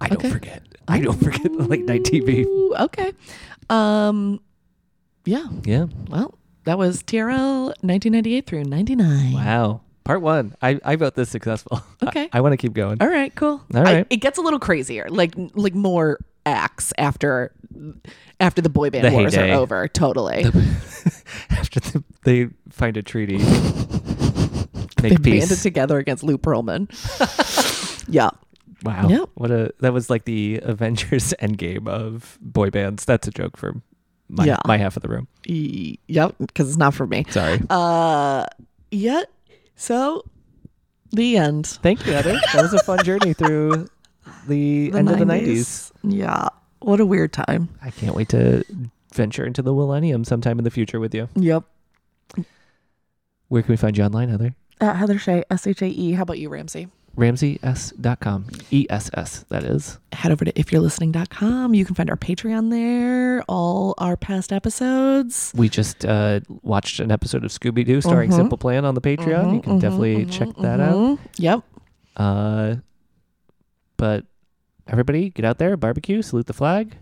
[SPEAKER 1] I don't
[SPEAKER 2] Okay.
[SPEAKER 1] forget. I don't forget the late night TV.
[SPEAKER 2] Ooh, okay. Um. Yeah.
[SPEAKER 1] Yeah.
[SPEAKER 2] Well, that was TRL 1998 through 99.
[SPEAKER 1] Wow. Part one. I, I vote this successful. *laughs*
[SPEAKER 2] Okay.
[SPEAKER 1] I, want to keep going.
[SPEAKER 2] All right. Cool.
[SPEAKER 1] All
[SPEAKER 2] I-
[SPEAKER 1] right.
[SPEAKER 2] it gets a little crazier. Like like more acts after after the boy band
[SPEAKER 1] The
[SPEAKER 2] wars
[SPEAKER 1] heyday.
[SPEAKER 2] are over. Totally.
[SPEAKER 1] *laughs* After the, they find a
[SPEAKER 2] *laughs*
[SPEAKER 1] treaty, *laughs* make
[SPEAKER 2] they
[SPEAKER 1] peace.
[SPEAKER 2] banded together against
[SPEAKER 1] *laughs*
[SPEAKER 2] Lou Pearlman. yeah.
[SPEAKER 1] Wow.
[SPEAKER 2] Yep.
[SPEAKER 1] What a that was like the Avengers *laughs* endgame of boy bands. That's a joke for my
[SPEAKER 2] Yeah.
[SPEAKER 1] my half of the room.
[SPEAKER 2] E- Yep. Because it's not for me.
[SPEAKER 1] Sorry.
[SPEAKER 2] Uh, yeah. So, the end.
[SPEAKER 1] *laughs* Thank you, Heather. That was a fun journey through
[SPEAKER 2] *laughs*
[SPEAKER 1] the, end of the nineties.
[SPEAKER 2] Yeah. What a weird time.
[SPEAKER 1] I can't wait to venture into the millennium sometime in the future with you.
[SPEAKER 2] Yep.
[SPEAKER 1] Where can we find you online, Heather?
[SPEAKER 2] Uh, Heather Shea, S H A E. How about you, Ramsey?
[SPEAKER 1] RamseyS.com. E S S that is.
[SPEAKER 2] Head over to ifyou'relistening.com. You can find our Patreon there, all our past episodes.
[SPEAKER 1] We just uh, watched an episode of Scooby Doo starring
[SPEAKER 2] Mhm.
[SPEAKER 1] Simple Plan on the Patreon. you can definitely check that out.
[SPEAKER 2] Mhm. Mm-hmm, Yep.
[SPEAKER 1] Uh, but everybody, get out there, barbecue, salute the flag,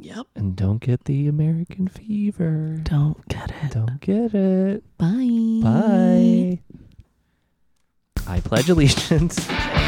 [SPEAKER 2] Yep.
[SPEAKER 1] and don't get the American fever.
[SPEAKER 2] Don't get it.
[SPEAKER 1] Don't get it.
[SPEAKER 2] Bye.
[SPEAKER 1] Bye. I pledge allegiance.